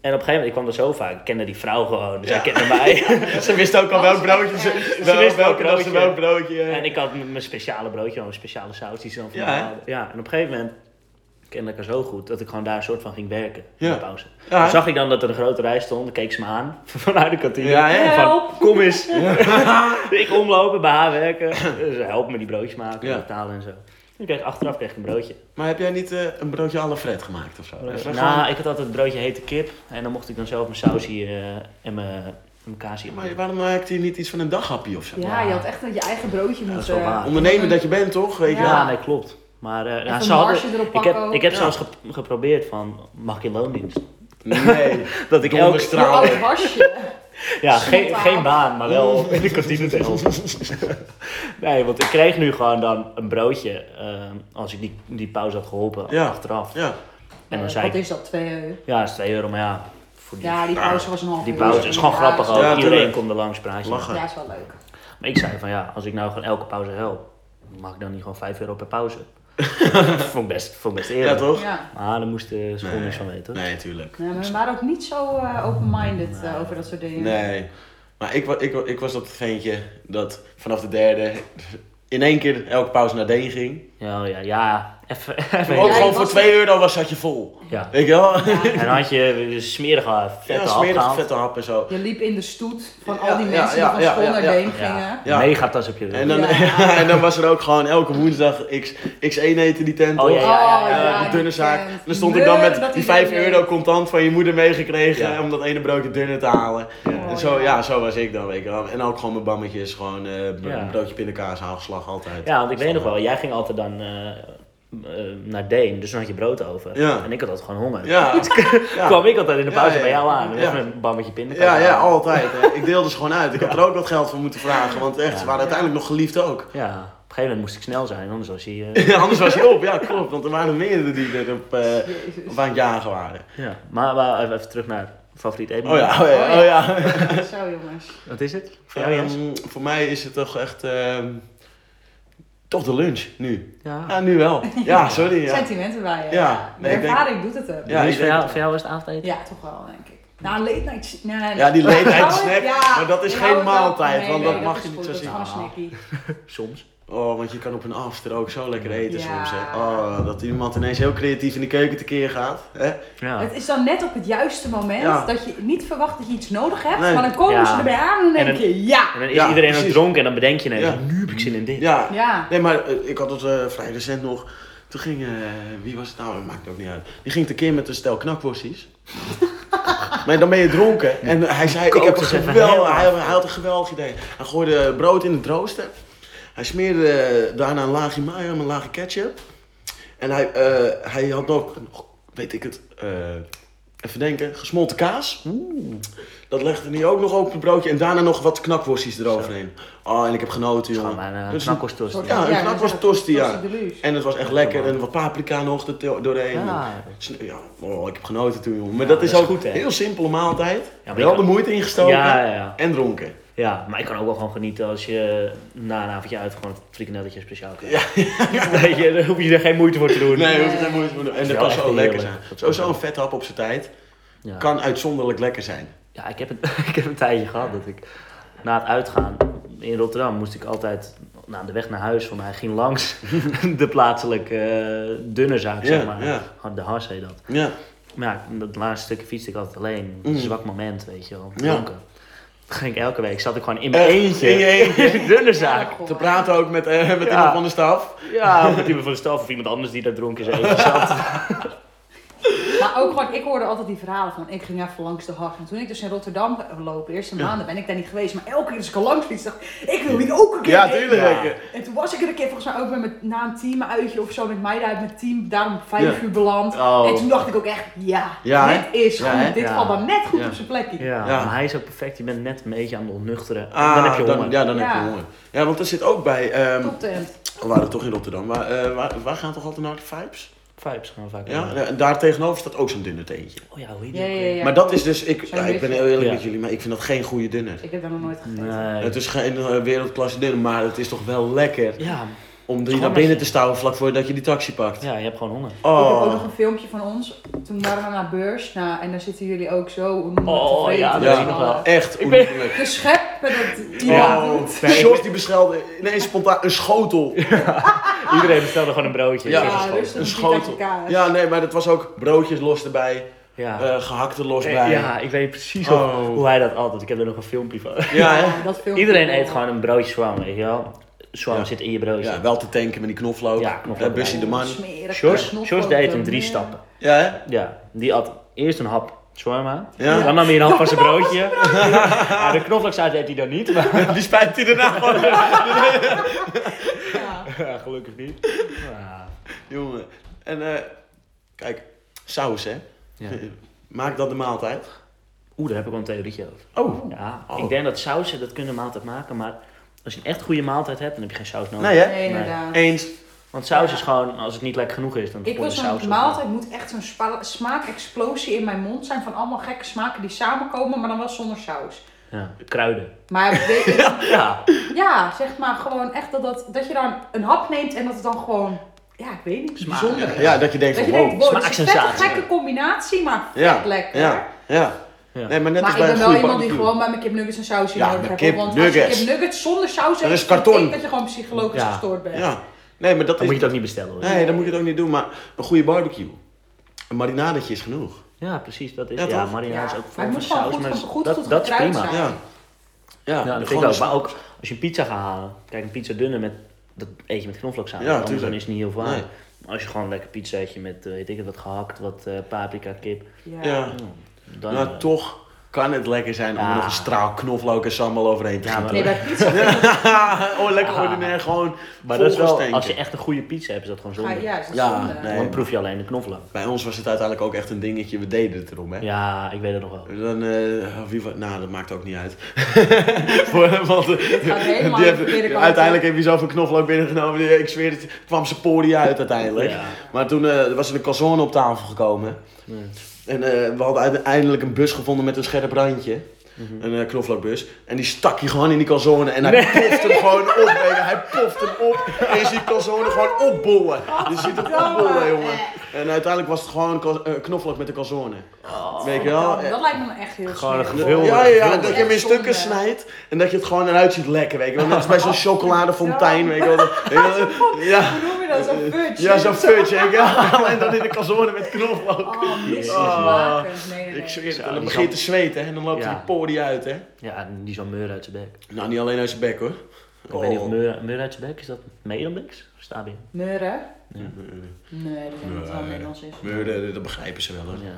Speaker 3: En op een gegeven moment, ik kwam er zo vaak, ik kende die vrouw gewoon, dus
Speaker 2: Ja.
Speaker 3: zij kende mij.
Speaker 2: [LAUGHS] Ze wist ook al welk broodje ze, wel,
Speaker 3: wist welk
Speaker 2: welke dag ze
Speaker 3: broodje.
Speaker 2: welk broodje.
Speaker 3: En ik had m- mijn speciale broodje, een speciale saus die ze dan van
Speaker 2: Ja,
Speaker 3: mij
Speaker 2: hè?
Speaker 3: haalden. Ja, en op een gegeven moment kende ik haar zo goed dat ik gewoon daar een soort van ging werken in
Speaker 2: Ja.
Speaker 3: de pauze.
Speaker 2: Ja.
Speaker 3: Dan zag ik dan dat er een grote rij stond, dan keek ze me aan [LAUGHS] vanuit de kantine.
Speaker 2: Ja, hè?
Speaker 3: Van, kom eens. [LAUGHS] ik omlopen, bij haar werken. Dus Ze helpt me die broodjes maken,
Speaker 2: Ja.
Speaker 3: betalen en zo. Ik kreeg, achteraf kreeg ik een broodje.
Speaker 2: Maar heb jij niet eh, een broodje alle Fred gemaakt of zo? Even
Speaker 3: Nou, ik had altijd het broodje hete kip. En dan mocht ik dan zelf mijn saus hier eh, en mijn, en mijn kaas hier
Speaker 2: gewoon-
Speaker 3: maken.
Speaker 2: maar waarom maakt hij niet iets van een daghappie of zo?
Speaker 4: Ja, je had echt je eigen broodje
Speaker 3: dat is
Speaker 4: moeten...
Speaker 3: wel waar.
Speaker 2: Ondernemen dat je bent, toch? Weet je
Speaker 3: Ja,
Speaker 4: Ja.
Speaker 2: wel?
Speaker 3: nee, klopt. Maar eh,
Speaker 4: een
Speaker 3: ze hadden-
Speaker 4: marge erop
Speaker 3: ik
Speaker 4: pakken
Speaker 3: heb,
Speaker 4: ook.
Speaker 3: ik heb
Speaker 2: Ja.
Speaker 3: zelfs gep- geprobeerd van, mag ik in loondienst?
Speaker 2: [LAUGHS] Nee.
Speaker 3: Dat ik elke...
Speaker 4: Voor oud
Speaker 2: [LAUGHS] Donderstralen.
Speaker 4: wasje.
Speaker 3: Ja,
Speaker 4: Spontaan.
Speaker 3: geen, geen baan, maar wel in de kantine te helpen. Nee, want ik kreeg nu gewoon dan een broodje ehm, als ik die, die pauze had geholpen
Speaker 2: Ja.
Speaker 3: achteraf.
Speaker 2: Ja.
Speaker 3: En dan
Speaker 4: Eh,
Speaker 3: zei
Speaker 4: Wat
Speaker 3: ik,
Speaker 4: is dat, 2 euro?
Speaker 3: ja, dat is 2 euro, maar ja, voor die,
Speaker 4: Ja, die pauze was een half
Speaker 3: die
Speaker 4: uur.
Speaker 3: pauze. Het is gewoon
Speaker 4: Ja,
Speaker 3: grappig ook,
Speaker 4: is-
Speaker 2: Ja,
Speaker 3: iedereen
Speaker 2: tuurlijk.
Speaker 3: komt er langs praatje.
Speaker 2: Lachen.
Speaker 4: Ja, is wel leuk.
Speaker 3: Maar ik zei van ja, als ik nou gewoon elke pauze help, mag ik dan niet gewoon 5 euro per
Speaker 2: [LAUGHS]
Speaker 3: pauze? vond ik best, vond ik best eerlijk.
Speaker 2: ja, toch?
Speaker 4: Ja.
Speaker 3: Maar daar moesten school niks van weten. hoor.
Speaker 2: Nee, tuurlijk.
Speaker 4: Nee, maar we waren ook niet zo eh, open-minded eh, over dat soort dingen.
Speaker 2: Nee. Maar ik, wa- ik, wa- ik was dat geintje dat vanaf de derde in één keer elke pauze naar D ging.
Speaker 3: Ja, ja, ja. Even, [LAUGHS] even.
Speaker 2: Ook
Speaker 4: Ja,
Speaker 2: gewoon
Speaker 4: ik
Speaker 2: voor
Speaker 4: was-
Speaker 2: 2 euro was, zat je vol.
Speaker 3: Ja.
Speaker 2: Weet je [LAUGHS] wel?
Speaker 3: En dan had je de smerige vette
Speaker 2: Ja,
Speaker 3: hap
Speaker 2: smerige
Speaker 3: gehaald.
Speaker 2: vette hap en zo.
Speaker 4: Je liep in de stoet van
Speaker 2: Ja,
Speaker 4: al die
Speaker 2: ja,
Speaker 4: mensen
Speaker 2: ja,
Speaker 4: die
Speaker 2: ja,
Speaker 4: van school
Speaker 2: ja,
Speaker 4: naar
Speaker 2: ja.
Speaker 4: Deen
Speaker 3: Ja.
Speaker 4: gingen.
Speaker 2: Ja.
Speaker 3: Megatas op je rug.
Speaker 2: En eh, [LAUGHS] dan,
Speaker 4: Ja.
Speaker 2: en dan was er ook gewoon elke woensdag X, X1 eten die tent.
Speaker 3: Oh,
Speaker 2: op.
Speaker 3: ja, ja.
Speaker 2: Eh,
Speaker 4: die
Speaker 2: de dunne zaak.
Speaker 4: tent.
Speaker 2: Dan stond ik dan
Speaker 4: Leuk
Speaker 2: met
Speaker 4: dat
Speaker 2: die
Speaker 4: iedereen
Speaker 2: 5
Speaker 4: deed.
Speaker 2: euro contant van je moeder meegekregen
Speaker 3: Ja.
Speaker 2: om dat ene broodje dunner te halen.
Speaker 3: Oh,
Speaker 2: en zo,
Speaker 4: ja.
Speaker 2: ja. zo was ik dan, weet je wel. En ook gewoon mijn bammetjes, gewoon eh, bro-
Speaker 3: Ja.
Speaker 2: broodje pindakaas, haalslag altijd.
Speaker 3: Ja, want ik weet nog wel, jij ging altijd dan eh, eh, naar Deen, dus dan had je brood over.
Speaker 2: Ja.
Speaker 3: En [LAUGHS] ik had altijd gewoon honger.
Speaker 2: Ja, ja.
Speaker 3: Kwam ik altijd in de pauze
Speaker 2: Ja, ja.
Speaker 3: bij jou aan, dus met
Speaker 2: Ja.
Speaker 3: een bammetje pindakaas.
Speaker 2: Ja, ja,
Speaker 3: aan.
Speaker 2: altijd. hè. Ik deelde ze gewoon uit. Ik had er ook wat geld voor moeten vragen, want echt, ze waren uiteindelijk nog geliefd ook. [LAUGHS]
Speaker 3: Ja, op een gegeven moment moest ik snel zijn, anders was je... eh,
Speaker 2: Ja, anders was je op, ja klopt, want er waren meerdere die er op, eh, op aan het jagen waren.
Speaker 3: ja. Maar, maar even, even terug naar favoriet eten.
Speaker 2: Oh ja, oh ja.
Speaker 4: Oh
Speaker 2: Oh ja.
Speaker 4: Zo jongens.
Speaker 3: Wat is het? Voor jou, Oh, Jens?
Speaker 2: Ehm, voor mij is het toch echt. ehm, toch de lunch nu.
Speaker 3: Ja.
Speaker 2: Ja, nu wel. Ja, sorry. Ja.
Speaker 4: Sentimenten bij je.
Speaker 2: Ja,
Speaker 4: De
Speaker 2: nee, ik denk-
Speaker 4: ervaring doet het hem.
Speaker 2: Ja,
Speaker 3: dus
Speaker 2: ik
Speaker 3: voor,
Speaker 2: denk-
Speaker 3: jou, voor jou is het avondeten?
Speaker 4: Ja, toch wel, denk ik. Nou, late night... s- Nee, nee,
Speaker 2: ja, die late night
Speaker 4: Hou
Speaker 2: snack.
Speaker 4: het- Oh, ja,
Speaker 2: maar dat is
Speaker 4: hou
Speaker 2: geen
Speaker 4: het wel.
Speaker 2: maaltijd,
Speaker 4: Nee,
Speaker 2: want
Speaker 4: nee,
Speaker 2: dat mag
Speaker 4: is
Speaker 2: je niet
Speaker 4: goed,
Speaker 2: zo
Speaker 4: dat is
Speaker 2: zien.
Speaker 4: gewoon een snackie.
Speaker 3: Soms.
Speaker 2: Oh, want je kan op een after ook zo lekker eten
Speaker 4: Ja.
Speaker 2: soms. Hè. Oh, dat iemand ineens heel creatief in de keuken tekeer gaat. Hè?
Speaker 3: Ja.
Speaker 4: Het is dan net op het juiste moment
Speaker 2: Ja.
Speaker 4: dat je niet verwacht dat je iets nodig hebt,
Speaker 2: Nee.
Speaker 4: maar dan komen
Speaker 3: Ja.
Speaker 4: ze erbij aan en dan
Speaker 3: En
Speaker 4: denk
Speaker 3: dan-
Speaker 4: je ja.
Speaker 3: En dan is
Speaker 2: Ja,
Speaker 3: iedereen ook
Speaker 2: precies.
Speaker 3: dronken en dan bedenk je ineens,
Speaker 2: Ja.
Speaker 3: nu heb ik zin in dit.
Speaker 2: Ja.
Speaker 4: Ja.
Speaker 2: Nee, maar eh, ik had het eh, vrij recent nog. Toen ging, eh, wie was het nou? Maakt ook niet uit. Die ging tekeer met een stel
Speaker 3: [LAUGHS]
Speaker 2: knakworstjes. maar dan ben je dronken. En hij zei, ik heb een
Speaker 3: Kookt het even
Speaker 2: geweldig,
Speaker 3: helemaal.
Speaker 2: hij, hij had een geweldig idee. Hij gooide brood in de rooster. Hij smeerde eh, daarna een laagje mayo en een laagje ketchup. En hij, eh, hij had ook, weet ik het, eh, even denken, gesmolten kaas. Dat legde hij ook nog op het broodje. En daarna nog wat knakworstjes eroverheen. Oh, en ik heb genoten,
Speaker 3: Gewoon
Speaker 2: jongen.
Speaker 3: mijn eh,
Speaker 2: Dus-
Speaker 3: knakworstels.
Speaker 4: Soort-
Speaker 2: ja, een
Speaker 4: ja,
Speaker 2: knakworst
Speaker 4: ja,
Speaker 2: tosti, ja.
Speaker 4: tosti deluxe.
Speaker 2: En het was echt lekker. En wat paprika nog er te- doorheen.
Speaker 3: Ja.
Speaker 2: Sn- Ja, oh, ik heb genoten toen, jongen. Maar dat
Speaker 3: dat
Speaker 2: is
Speaker 3: is
Speaker 2: ook
Speaker 3: goed, hè?
Speaker 2: een heel simpele maaltijd.
Speaker 3: maar je
Speaker 2: Wel de
Speaker 3: kan-
Speaker 2: moeite ingestoken.
Speaker 3: Ja, ja, ja.
Speaker 2: En dronken.
Speaker 3: Ja, maar ik kan ook wel gewoon genieten als je na een avondje uit gewoon een frikandelletje speciaal krijgt. [LAUGHS] Weet je, daar hoef je er geen moeite voor te doen.
Speaker 2: Nee, hoef je geen moeite voor te doen. En
Speaker 3: is
Speaker 2: dat
Speaker 3: wel
Speaker 2: kan
Speaker 3: echt
Speaker 2: zo lekker
Speaker 3: heerlijk.
Speaker 2: zijn. Sowieso een vethap op zijn tijd.
Speaker 3: Ja,
Speaker 2: Kan uitzonderlijk lekker zijn.
Speaker 3: ja ik, heb een, [LAUGHS] ik heb een tijdje gehad dat ik na het uitgaan in Rotterdam moest ik altijd nou, de weg naar huis, want hij ging langs [LAUGHS] de plaatselijke eh, dunne zaak,
Speaker 2: Ja,
Speaker 3: zeg maar.
Speaker 2: ja.
Speaker 3: De Hars heet dat.
Speaker 2: Ja.
Speaker 3: Maar ja, dat laatste stukje fietste ik altijd alleen. Een
Speaker 2: Mm.
Speaker 3: zwak moment, weet je wel.
Speaker 2: Ja.
Speaker 3: Dronken. Dan ging ik elke week, zat ik gewoon [LAUGHS] in mijn
Speaker 2: Echt,
Speaker 3: eentje.
Speaker 2: Eh, in je eentje.
Speaker 3: in de dunne
Speaker 4: Ja,
Speaker 3: zaak.
Speaker 4: goh.
Speaker 2: Te praten ook met, eh, met
Speaker 3: Ja.
Speaker 2: iemand van de staf.
Speaker 3: Ja, of met iemand van de staf of iemand anders die daar dronken
Speaker 2: [LAUGHS]
Speaker 3: is even zat.
Speaker 4: Maar ook gewoon, ik hoorde altijd die verhalen van ik ging even langs de hart. En toen ik dus in Rotterdam loop, eerste maanden ben ik daar niet geweest. Maar elke keer als ik er langs fiets, dacht ik, ik wil hier ook een keer
Speaker 2: Ja,
Speaker 4: heen.
Speaker 2: tuurlijk.
Speaker 3: Ja.
Speaker 4: En toen was ik er een keer volgens mij ook met mijn, na een teamuitje of zo met mij daar uit mijn team, daarom om vijf
Speaker 2: Ja.
Speaker 4: uur beland.
Speaker 3: Oh.
Speaker 4: En toen dacht ik ook echt, ja,
Speaker 2: Ja, hè?
Speaker 4: dit is
Speaker 2: Ja,
Speaker 4: goed.
Speaker 2: hè?
Speaker 4: dit
Speaker 3: Ja.
Speaker 4: valt dan net goed
Speaker 2: Ja.
Speaker 4: op zijn plekje.
Speaker 3: Ja,
Speaker 2: Ja.
Speaker 3: maar hij is ook perfect. Je bent net een beetje aan het ontnuchteren.
Speaker 2: Ah,
Speaker 3: dan heb je honger.
Speaker 2: ja, dan heb
Speaker 4: Ja.
Speaker 2: je honger. Ja, want er zit ook bij... ehm,
Speaker 4: Toptent.
Speaker 2: We waren toch in Rotterdam. Maar, eh, waar, waar gaan toch altijd naar de Vibes?
Speaker 3: Vibes gaan we vaak
Speaker 2: Ja?
Speaker 3: doen.
Speaker 2: ja, en daar tegenover staat ook zo'n dinnerteentje.
Speaker 3: Oh ja, hoe heet
Speaker 4: Ja, ja,
Speaker 3: die ook
Speaker 4: ja.
Speaker 3: weer?
Speaker 4: ja.
Speaker 2: Maar dat is dus, ik,
Speaker 4: Zo'n
Speaker 2: ja, ik ben
Speaker 4: wifje.
Speaker 2: heel eerlijk
Speaker 3: Ja.
Speaker 2: met jullie, maar ik vind dat geen goede dinner.
Speaker 4: Ik heb dat nog nooit gegeten.
Speaker 3: Nee.
Speaker 2: Het is geen eh, wereldklasse dinner, maar het is toch wel lekker
Speaker 3: Ja,
Speaker 2: om drie naar
Speaker 3: Gewoon
Speaker 2: binnen
Speaker 3: lekker.
Speaker 2: te stouwen vlak voordat je die taxi pakt.
Speaker 3: ja, je hebt gewoon honger.
Speaker 4: Ik heb ook nog
Speaker 2: Oh,
Speaker 4: een filmpje van ons. Toen waren we naar beurs. Nou, en daar zitten jullie ook zo.
Speaker 3: Oh,
Speaker 4: tevreden
Speaker 3: ja,
Speaker 4: te
Speaker 2: dat
Speaker 4: zijn.
Speaker 2: zie ik
Speaker 3: nog wel.
Speaker 2: echt
Speaker 3: Ik ben-
Speaker 2: oneerlijk.
Speaker 4: De scheppen dat
Speaker 3: Ja.
Speaker 4: iemand doet.
Speaker 3: Nee, ik-
Speaker 2: George die bestelde ineens spontaan een schotel.
Speaker 3: Iedereen bestelde gewoon een broodje.
Speaker 2: Ja,
Speaker 3: Dat is
Speaker 4: Ja,
Speaker 3: gewoon-
Speaker 4: rustig.
Speaker 2: Een
Speaker 4: Een
Speaker 2: schotel.
Speaker 4: stukje kaas.
Speaker 2: Ja, nee, maar dat was ook broodjes los erbij,
Speaker 3: Ja.
Speaker 2: eh gehakt er los
Speaker 3: Eh,
Speaker 2: bij.
Speaker 3: ja, ik weet precies
Speaker 2: Oh.
Speaker 3: hoe- hoe hij dat altijd. Ik heb er nog een filmpje van.
Speaker 2: Ja, hè?
Speaker 4: Oh, dat filmpje.
Speaker 3: Iedereen eet gewoon een broodje zwam, weet je wel. Zwam
Speaker 2: Ja.
Speaker 3: zit in je broodje.
Speaker 2: Ja, wel te tanken met die knoflook.
Speaker 3: Ja, knoflook.
Speaker 2: Eh, Bussie de man.
Speaker 4: Smerig,
Speaker 3: Sjors
Speaker 4: knoflook,
Speaker 3: Sjors deed in drie
Speaker 4: eh,
Speaker 3: stappen.
Speaker 2: Ja, hè?
Speaker 3: Ja, die had eerst een hap shawarma.
Speaker 2: Ja.
Speaker 3: Dan nam hij een hap van zijn broodje. [LAUGHS] Ja, de knoflooksaus deed hij dan niet. Maar... [LAUGHS]
Speaker 2: Die spijt hij daarna van.
Speaker 4: Ja.
Speaker 3: Ja, gelukkig [LAUGHS] niet. Ja.
Speaker 2: Jongen. En eh, kijk, saus, hè?
Speaker 3: Ja.
Speaker 2: [LAUGHS] Maak dat de maaltijd.
Speaker 3: Oeh, daar heb ik wel een theorietje over.
Speaker 2: Oh.
Speaker 3: Ja,
Speaker 2: Oh.
Speaker 3: ik denk dat sausen, dat kunnen maaltijd maken. Maar als je een echt goede maaltijd hebt, dan heb je geen saus nodig.
Speaker 2: Nee, hè?
Speaker 4: Nee, inderdaad.
Speaker 2: Eens.
Speaker 3: Want saus is gewoon, als het niet lekker genoeg is, dan
Speaker 4: Ik wil
Speaker 3: gooi je saus
Speaker 4: zo'n
Speaker 3: op.
Speaker 4: maaltijd, moet echt zo'n spa- smaakexplosie in mijn mond zijn van allemaal gekke smaken die samenkomen, maar dan wel zonder saus.
Speaker 3: Ja,
Speaker 2: [LAUGHS]
Speaker 3: kruiden.
Speaker 4: Maar ik weet-
Speaker 3: Ja.
Speaker 4: ja, zeg maar gewoon echt dat, dat, dat je dan een hap neemt en dat het dan gewoon, ja, ik weet niet,
Speaker 3: Smaak.
Speaker 4: bijzonder.
Speaker 2: Ja, dat je denkt
Speaker 4: Dat je
Speaker 2: van,
Speaker 4: denkt,
Speaker 2: wow.
Speaker 4: wow, dit is een vette,
Speaker 3: Smaaksensatie.
Speaker 4: gekke combinatie, maar vet
Speaker 2: Ja,
Speaker 4: lekker.
Speaker 2: ja, ja.
Speaker 3: Ja.
Speaker 2: Nee, maar net
Speaker 4: maar
Speaker 2: als
Speaker 4: ik
Speaker 2: bij
Speaker 4: ben wel
Speaker 2: een goede
Speaker 4: iemand die
Speaker 2: barbecue.
Speaker 4: gewoon bij mijn kipnuggets een sausje
Speaker 2: Ja,
Speaker 4: nodig
Speaker 2: met
Speaker 4: heeft. hoor. Want als je
Speaker 2: kipnuggets.
Speaker 4: kipnuggets zonder saus
Speaker 2: Dat
Speaker 4: eet,
Speaker 2: is karton.
Speaker 4: dan denk ik dat je gewoon psychologisch
Speaker 3: Ja.
Speaker 4: gestoord bent.
Speaker 2: Ja. Nee, maar dat
Speaker 3: Dan
Speaker 2: is...
Speaker 3: moet je het ook niet bestellen hoor.
Speaker 2: Nee, dan moet je het ook niet doen. Maar een goede barbecue. Een marinadetje is genoeg.
Speaker 3: Ja, precies. Dat is,
Speaker 2: Ja,
Speaker 3: ja,
Speaker 2: toch?
Speaker 3: marinade is
Speaker 4: Ja.
Speaker 3: ook
Speaker 4: Maar
Speaker 3: vol
Speaker 4: het moet gewoon
Speaker 3: van saus.
Speaker 4: goed
Speaker 3: Maar
Speaker 4: ge- goed
Speaker 3: dat,
Speaker 4: goed
Speaker 3: dat is
Speaker 4: gekruid
Speaker 3: prima.
Speaker 4: zijn.
Speaker 3: Ja,
Speaker 2: Ja. Ja,
Speaker 3: dat vind
Speaker 2: gewoon
Speaker 3: ik ook.
Speaker 2: een-
Speaker 3: Maar ook als je pizza gaat halen, kijk een pizza dunner met, dat eet je met knoflooksaus.
Speaker 2: Ja,
Speaker 3: anders
Speaker 2: tuurlijk.
Speaker 3: dan is het niet heel veel aan.
Speaker 2: Nee.
Speaker 3: Maar Als je gewoon lekker pizza eet je met, eh, weet ik het, wat gehakt, wat eh, paprika, kip.
Speaker 4: Ja.
Speaker 2: Ja.
Speaker 3: Dan,
Speaker 2: nou,
Speaker 3: eh,
Speaker 2: toch kan het lekker zijn om er
Speaker 3: Ja.
Speaker 2: nog een straal knoflook en sambal overheen te
Speaker 3: Ja,
Speaker 2: gaan.
Speaker 3: maar-
Speaker 4: Nee, bij pizza vind ik
Speaker 2: [LAUGHS] oh, lekker
Speaker 3: Ah.
Speaker 2: ordinair, gewoon
Speaker 3: maar dat is wel,
Speaker 2: volgestanken.
Speaker 3: als je echt een goede pizza hebt, is dat gewoon
Speaker 4: dat-
Speaker 3: zonde.
Speaker 4: ga je juist. dat is
Speaker 2: Ja,
Speaker 4: zonde.
Speaker 2: nee.
Speaker 3: Dan proef je alleen de knoflook.
Speaker 2: Bij ons was het uiteindelijk ook echt een dingetje, we deden het erom, hè.
Speaker 3: Ja, ik weet het nog wel.
Speaker 2: Dan, eh, wie wa- nou, dat maakt ook niet uit. [LAUGHS] Voor- Want eh,
Speaker 4: gaat helemaal
Speaker 2: die
Speaker 4: de
Speaker 2: hebben-
Speaker 4: verkeerde kant
Speaker 2: uiteindelijk heb je zoveel knoflook binnengenomen. die- Ik zweer het, kwam zijn pori uit uiteindelijk.
Speaker 3: Ja.
Speaker 2: Maar toen eh, was er een calzone op tafel gekomen. En eh, we hadden uiteindelijk een bus gevonden met een scherp randje. Een eh, knoflookbus. En die stak je gewoon in die calzone. En hij pofte hem gewoon op. weet je. Hij pofte hem op. En je ziet calzone gewoon opbollen. Je ziet het opbollen, jongen. En uiteindelijk was het gewoon cal- eh, knoflook met de calzone. Weet je wel?
Speaker 4: Dat lijkt me echt heel
Speaker 3: Gewoon een
Speaker 4: smerig.
Speaker 3: gevulde-
Speaker 2: Ja, ja, ja,
Speaker 3: Heel
Speaker 2: dat je hem in
Speaker 4: erg
Speaker 2: stukken
Speaker 4: zonde.
Speaker 2: snijdt en dat je het gewoon eruit ziet lekken, weet je wel. Net als bij
Speaker 3: [LAUGHS]
Speaker 2: zo'n chocoladefontein, weet je wel. Ja,
Speaker 4: Hoe noem je dat? Zo'n fudge?
Speaker 2: ja zo'n fudge, weet
Speaker 3: [LAUGHS]
Speaker 2: je wel. En dan in de calzone met knoflook.
Speaker 4: Oh,
Speaker 2: Oh.
Speaker 4: misselijkmakend. Nee, nee, nee.
Speaker 2: Ik zweer het,
Speaker 3: Zo,
Speaker 2: en dan
Speaker 3: die
Speaker 2: begint je
Speaker 3: zal-
Speaker 2: te zweten hè, en dan loopt
Speaker 3: Ja.
Speaker 2: er die pori uit, hè.
Speaker 3: Ja, en die zo'n meur uit zijn bek.
Speaker 2: Nou, niet alleen uit zijn bek, hoor.
Speaker 3: Ik weet
Speaker 2: Oh.
Speaker 3: niet of meur, meur uit zijn bek, is dat Medembeks of Stabian?
Speaker 4: Meuren? Nee, dat is niet wel Nederlands is.
Speaker 2: Meuren, eh, dat begrijpen ze wel, hoor.
Speaker 3: Ja.